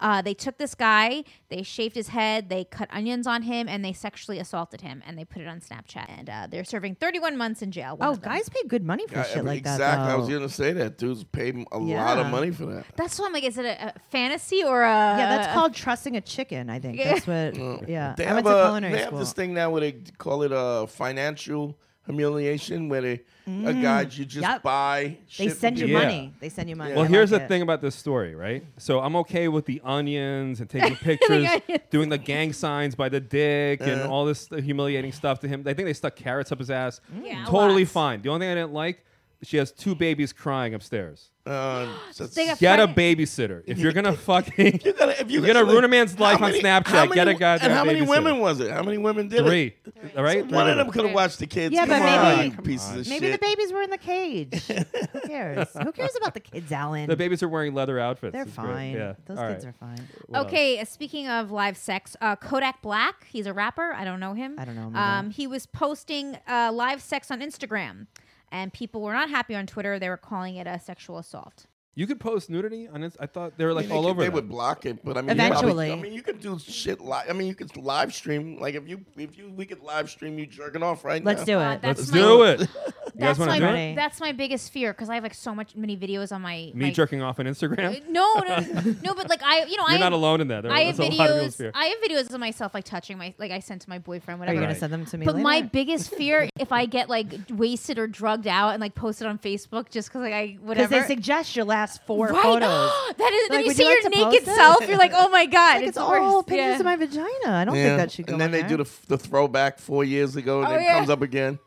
[SPEAKER 5] Uh, they took this guy, they shaved his head, they cut onions on him, and they sexually assaulted him, and they put it on Snapchat. And uh, they're serving 31 months in jail. one
[SPEAKER 4] Oh,
[SPEAKER 5] of them.
[SPEAKER 4] guys pay good money for
[SPEAKER 3] I- I
[SPEAKER 4] shit
[SPEAKER 3] mean,
[SPEAKER 4] like
[SPEAKER 3] exactly.
[SPEAKER 4] that.
[SPEAKER 3] I was
[SPEAKER 4] though.
[SPEAKER 3] gonna say that dudes paid him a lot of
[SPEAKER 4] Yeah.
[SPEAKER 3] money for that.
[SPEAKER 5] That's why I'm like, is it a, a fantasy or a?
[SPEAKER 4] yeah, that's called trusting a chicken. I think
[SPEAKER 5] Yeah.
[SPEAKER 4] that's what. Yeah,
[SPEAKER 3] They
[SPEAKER 4] I
[SPEAKER 3] have
[SPEAKER 4] went to
[SPEAKER 3] a-
[SPEAKER 4] culinary
[SPEAKER 3] they
[SPEAKER 4] school.
[SPEAKER 3] have this thing now where they call it a financial humiliation, where they a guy you just
[SPEAKER 4] Yep.
[SPEAKER 3] buy.
[SPEAKER 4] Mm. they
[SPEAKER 3] shit from
[SPEAKER 4] send you
[SPEAKER 1] Yeah.
[SPEAKER 4] money. They send you money.
[SPEAKER 1] Well,
[SPEAKER 4] I
[SPEAKER 1] here's
[SPEAKER 4] like
[SPEAKER 1] the
[SPEAKER 4] it.
[SPEAKER 1] thing about this story, right? So I'm okay with the onions and taking pictures,
[SPEAKER 5] onions.
[SPEAKER 1] doing the gang signs by the dick and
[SPEAKER 4] Uh-huh.
[SPEAKER 1] all this th- humiliating stuff to him. I think they stuck carrots up his ass.
[SPEAKER 4] Mm.
[SPEAKER 5] Yeah,
[SPEAKER 1] totally
[SPEAKER 5] lots.
[SPEAKER 1] fine. The only thing I didn't like, she has two babies crying upstairs.
[SPEAKER 3] Uh, that's-
[SPEAKER 5] They got-
[SPEAKER 1] Get a
[SPEAKER 5] Pregnant.
[SPEAKER 1] babysitter if you're gonna fucking.
[SPEAKER 3] You gotta- if you
[SPEAKER 1] You're gonna
[SPEAKER 3] like,
[SPEAKER 1] ruin a man's
[SPEAKER 3] how
[SPEAKER 1] life on
[SPEAKER 3] many-
[SPEAKER 1] Snapchat.
[SPEAKER 3] how many-
[SPEAKER 1] Get a goddamn
[SPEAKER 3] And how many
[SPEAKER 1] babysitter.
[SPEAKER 3] women was it? How many women did
[SPEAKER 1] Three,
[SPEAKER 3] it?
[SPEAKER 1] all right?
[SPEAKER 3] One of
[SPEAKER 1] Three
[SPEAKER 3] them could have watched the kids.
[SPEAKER 4] Yeah,
[SPEAKER 3] Come
[SPEAKER 4] but
[SPEAKER 3] on,
[SPEAKER 4] maybe-
[SPEAKER 3] you pieces of
[SPEAKER 4] Maybe
[SPEAKER 3] shit.
[SPEAKER 4] the babies were in the cage. Who cares? Who cares about the kids, Alan?
[SPEAKER 1] The babies are wearing leather outfits.
[SPEAKER 4] They're
[SPEAKER 1] It's great.
[SPEAKER 4] fine.
[SPEAKER 1] Yeah.
[SPEAKER 4] Those
[SPEAKER 1] All
[SPEAKER 4] kids
[SPEAKER 1] right.
[SPEAKER 4] are fine.
[SPEAKER 1] What else?
[SPEAKER 5] Okay, uh, speaking of live sex, uh, Kodak Black, he's a rapper. I don't know him.
[SPEAKER 4] I don't know him at all.
[SPEAKER 5] Um, he was posting uh, live sex on Instagram, and people were not happy on Twitter. They were calling it a sexual assault.
[SPEAKER 1] You could post nudity on. Inst- I thought they were
[SPEAKER 3] I
[SPEAKER 1] like
[SPEAKER 3] mean,
[SPEAKER 1] all
[SPEAKER 3] they could-
[SPEAKER 1] over.
[SPEAKER 3] They
[SPEAKER 1] that.
[SPEAKER 3] would block it, but I mean, you
[SPEAKER 4] Eventually.
[SPEAKER 3] probably- I mean, you could do shit live. I mean, you could live stream. Like if you, if you, we could live stream you jerking off right
[SPEAKER 4] Let's
[SPEAKER 3] now.
[SPEAKER 4] do it.
[SPEAKER 5] Uh, that's
[SPEAKER 1] Let's
[SPEAKER 5] my-
[SPEAKER 1] do it. You guys
[SPEAKER 5] That's
[SPEAKER 1] want
[SPEAKER 5] my
[SPEAKER 1] to do
[SPEAKER 4] Ready.
[SPEAKER 1] it?
[SPEAKER 5] that's my biggest fear because I have like so much many videos on my
[SPEAKER 1] Me
[SPEAKER 5] my-
[SPEAKER 1] jerking off on Instagram.
[SPEAKER 5] No, no, no, no, but like I, you know, I
[SPEAKER 1] You're not
[SPEAKER 5] have,
[SPEAKER 1] alone in that. There-
[SPEAKER 5] I have
[SPEAKER 1] that's a lot of people's
[SPEAKER 5] videos.
[SPEAKER 1] fear.
[SPEAKER 5] I have videos of myself like touching my like I sent to my boyfriend.
[SPEAKER 4] Are
[SPEAKER 5] Whatever.
[SPEAKER 4] you gonna
[SPEAKER 1] Right.
[SPEAKER 4] send them to me?
[SPEAKER 5] But
[SPEAKER 4] later?
[SPEAKER 5] my biggest fear, if I get like wasted or drugged out and like posted on Facebook, just because like I
[SPEAKER 4] because
[SPEAKER 5] whatever.
[SPEAKER 4] they suggest your last four
[SPEAKER 5] Right.
[SPEAKER 4] photos.
[SPEAKER 5] that
[SPEAKER 4] Like,
[SPEAKER 5] is. then you
[SPEAKER 4] would
[SPEAKER 5] see
[SPEAKER 4] you like
[SPEAKER 5] your
[SPEAKER 4] to post
[SPEAKER 5] naked
[SPEAKER 4] this?
[SPEAKER 5] self. You're like, oh my god,
[SPEAKER 4] Like, it's,
[SPEAKER 5] the
[SPEAKER 4] all
[SPEAKER 5] worst.
[SPEAKER 4] pictures
[SPEAKER 5] Yeah.
[SPEAKER 4] of my vagina. I don't
[SPEAKER 3] Yeah.
[SPEAKER 4] think that should go.
[SPEAKER 3] And then
[SPEAKER 4] on
[SPEAKER 3] they
[SPEAKER 4] there.
[SPEAKER 3] do the, f- the throwback four years ago, and
[SPEAKER 5] Oh,
[SPEAKER 3] then
[SPEAKER 5] yeah.
[SPEAKER 3] comes up again.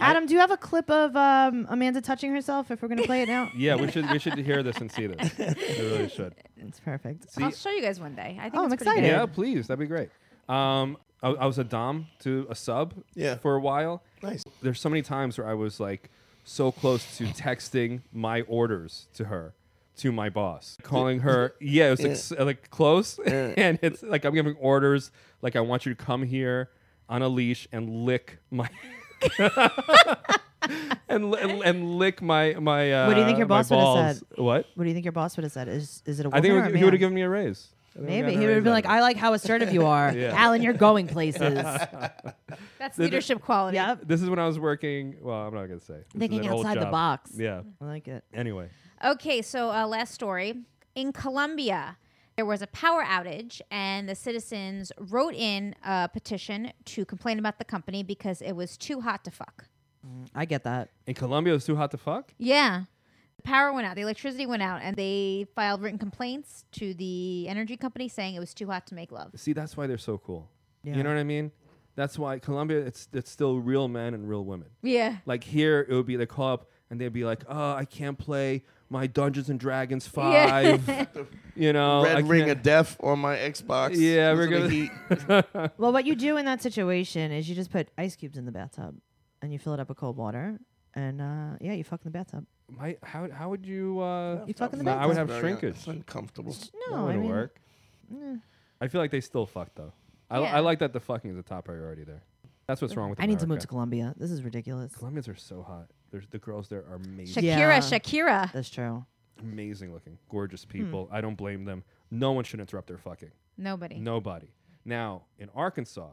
[SPEAKER 4] Adam, do you have a clip of um, Amanda touching herself? If we're gonna play it now,
[SPEAKER 1] Yeah, we should we should hear this and see this. We really should.
[SPEAKER 4] it's perfect.
[SPEAKER 5] I'll
[SPEAKER 1] See,
[SPEAKER 5] show you guys one day. I think
[SPEAKER 4] Oh,
[SPEAKER 5] it's
[SPEAKER 4] I'm
[SPEAKER 5] pretty
[SPEAKER 4] excited.
[SPEAKER 5] good.
[SPEAKER 1] yeah, please, that'd be great. Um, I, I was a dom to a sub.
[SPEAKER 3] Yeah.
[SPEAKER 1] for a while.
[SPEAKER 3] Nice.
[SPEAKER 1] There's so many times where I was like so close to texting my orders to her. To my boss, calling her, yeah, it was like, s- like close, and it's like I'm giving orders, like I want you to come here on a leash and lick my, and li- and lick my my. Uh,
[SPEAKER 4] What do you think your
[SPEAKER 1] my
[SPEAKER 4] boss would've
[SPEAKER 1] balls.
[SPEAKER 4] said?
[SPEAKER 1] What?
[SPEAKER 4] What do you think your boss would have said? Is is it
[SPEAKER 1] I
[SPEAKER 4] a woman
[SPEAKER 1] think it
[SPEAKER 4] or
[SPEAKER 1] would-
[SPEAKER 4] a
[SPEAKER 1] he would
[SPEAKER 4] man?
[SPEAKER 1] have given me a raise. I think I
[SPEAKER 4] Maybe
[SPEAKER 1] got a
[SPEAKER 4] he would have
[SPEAKER 1] raise
[SPEAKER 4] been
[SPEAKER 1] out
[SPEAKER 4] like,
[SPEAKER 1] of it.
[SPEAKER 4] "I like how assertive you are,
[SPEAKER 1] Yeah.
[SPEAKER 4] Alan. You're going places."
[SPEAKER 5] That's leadership quality.
[SPEAKER 4] yep,
[SPEAKER 1] This is when I was working. Well, I'm not gonna say. This is
[SPEAKER 4] Thinking
[SPEAKER 1] an old
[SPEAKER 4] outside the
[SPEAKER 1] job.
[SPEAKER 4] box.
[SPEAKER 1] Yeah.
[SPEAKER 4] I like it.
[SPEAKER 1] Anyway,
[SPEAKER 5] Okay, so uh, last story. In Colombia, there was a power outage, and the citizens wrote in a petition to complain about the company because it was too hot to fuck.
[SPEAKER 4] I get that.
[SPEAKER 1] in Colombia, it was too hot to fuck.
[SPEAKER 5] Yeah. The power went out, the electricity went out, and they filed written complaints to the energy company saying it was too hot to make love.
[SPEAKER 1] See, that's why they're so cool.
[SPEAKER 4] Yeah.
[SPEAKER 1] You know what I mean? That's why Colombia, it's it's still real men and real women.
[SPEAKER 5] Yeah.
[SPEAKER 1] Like here, it would be the club, and they'd be like, "Oh, I can't play my Dungeons and Dragons
[SPEAKER 5] Yeah.
[SPEAKER 1] five. you know, Oh, I
[SPEAKER 3] Red ring
[SPEAKER 1] can't-
[SPEAKER 3] of death on my Xbox.
[SPEAKER 1] Yeah, we're
[SPEAKER 3] Those are the
[SPEAKER 1] gonna-
[SPEAKER 3] heat.
[SPEAKER 4] Well, what you do in that situation is you just put ice cubes in the bathtub and you fill it up with cold water. And uh, yeah, you fuck in the bathtub.
[SPEAKER 1] My, how how would you? Uh,
[SPEAKER 4] You fuck in the
[SPEAKER 1] no, I would
[SPEAKER 4] bathtub.
[SPEAKER 1] have
[SPEAKER 3] Very
[SPEAKER 1] shrinkage.
[SPEAKER 3] un- uncomfortable.
[SPEAKER 1] That
[SPEAKER 4] No, Oh, I
[SPEAKER 1] wouldn't
[SPEAKER 4] mean,
[SPEAKER 1] work. I feel like they still fuck though. I,
[SPEAKER 5] Yeah.
[SPEAKER 1] I like that the fucking is a top priority there. That's what's wrong with.
[SPEAKER 4] I need to move
[SPEAKER 1] America.
[SPEAKER 4] to Colombia. This is ridiculous.
[SPEAKER 1] Colombians are so hot. There's the girls there are amazing,
[SPEAKER 5] Shakira,
[SPEAKER 4] Yeah.
[SPEAKER 5] Shakira.
[SPEAKER 4] That's true.
[SPEAKER 1] amazing looking, gorgeous
[SPEAKER 4] Hmm.
[SPEAKER 1] people. I don't blame them. No one should interrupt their fucking.
[SPEAKER 5] Nobody.
[SPEAKER 1] Nobody. Now in Arkansas,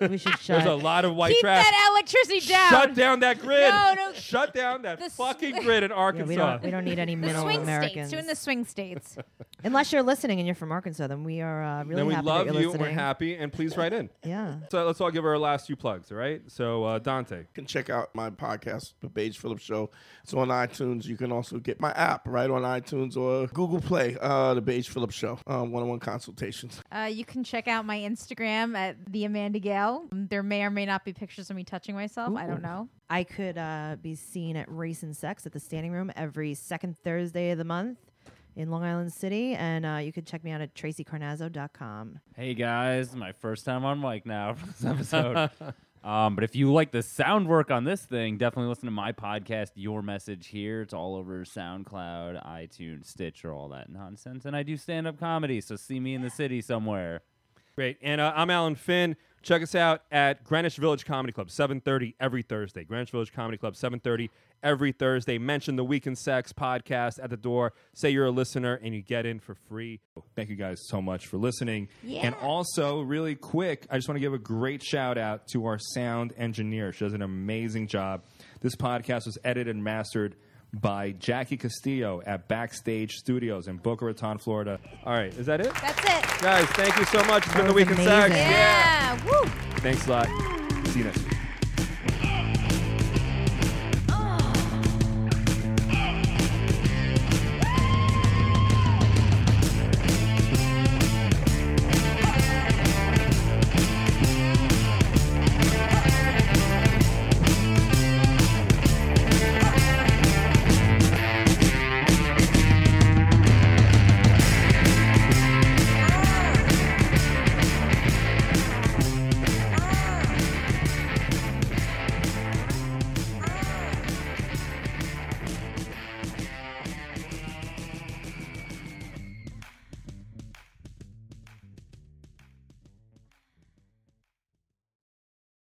[SPEAKER 4] We should
[SPEAKER 1] there's a
[SPEAKER 4] shut.
[SPEAKER 1] lot of white
[SPEAKER 5] Keep
[SPEAKER 1] trash.
[SPEAKER 5] that electricity down.
[SPEAKER 1] Shut down that grid.
[SPEAKER 5] No, no.
[SPEAKER 1] Shut down that
[SPEAKER 5] The s-
[SPEAKER 1] fucking grid in
[SPEAKER 4] Yeah,
[SPEAKER 1] Arkansas.
[SPEAKER 4] we don't. We don't need any
[SPEAKER 5] The
[SPEAKER 4] middle
[SPEAKER 5] swing
[SPEAKER 4] Americans.
[SPEAKER 5] states. Doing the swing states.
[SPEAKER 4] Unless you're listening and you're from Arkansas, then we are uh, really
[SPEAKER 1] then we
[SPEAKER 4] happy
[SPEAKER 1] love
[SPEAKER 4] that
[SPEAKER 1] you.
[SPEAKER 4] you're
[SPEAKER 1] We're
[SPEAKER 4] listening.
[SPEAKER 1] happy, and please write in.
[SPEAKER 4] Yeah.
[SPEAKER 1] So let's all give our last few plugs. All right. So uh, Dante,
[SPEAKER 3] You can check out my podcast, The Beige Phillips Show. It's on iTunes. You can also get my app right on iTunes or Google Play, uh, The Beige Phillips Show, one on one consultations.
[SPEAKER 5] Uh, you can check out my Instagram at the Amanda Gale. There may or may not be pictures of me touching myself. I don't know.
[SPEAKER 4] I could uh, be seen at Race and Sex at the Standing Room every second Thursday of the month in Long Island City. And uh, you can check me out at tracycarnazzo.com.
[SPEAKER 7] Hey guys, my first time on mic now for this episode. Um, but if you like the sound work on this thing, definitely listen to my podcast, Your Message Here. It's all over SoundCloud, iTunes, Stitcher, all that nonsense. And I do stand up comedy, so see me in the city somewhere.
[SPEAKER 1] Great. And uh, I'm Alan Finn. Check us out at Greenwich Village Comedy Club, 7.30 every Thursday. Greenwich Village Comedy Club, 7.30 every Thursday. Mention the Week in Sex podcast at the door. Say you're a listener, and you get in for free. Thank you guys so much for listening. And also, really quick, I just want to give a great shout out to our sound engineer. She does an amazing job. This podcast was edited and mastered by Jackie Castillo at Backstage Studios in Boca Raton, Florida. All right, is that it?
[SPEAKER 5] That's it.
[SPEAKER 1] Guys, thank you so much. It's been the Week in
[SPEAKER 4] amazing.
[SPEAKER 1] Sex.
[SPEAKER 5] Yeah. Woo.
[SPEAKER 1] Thanks a lot. See you next week.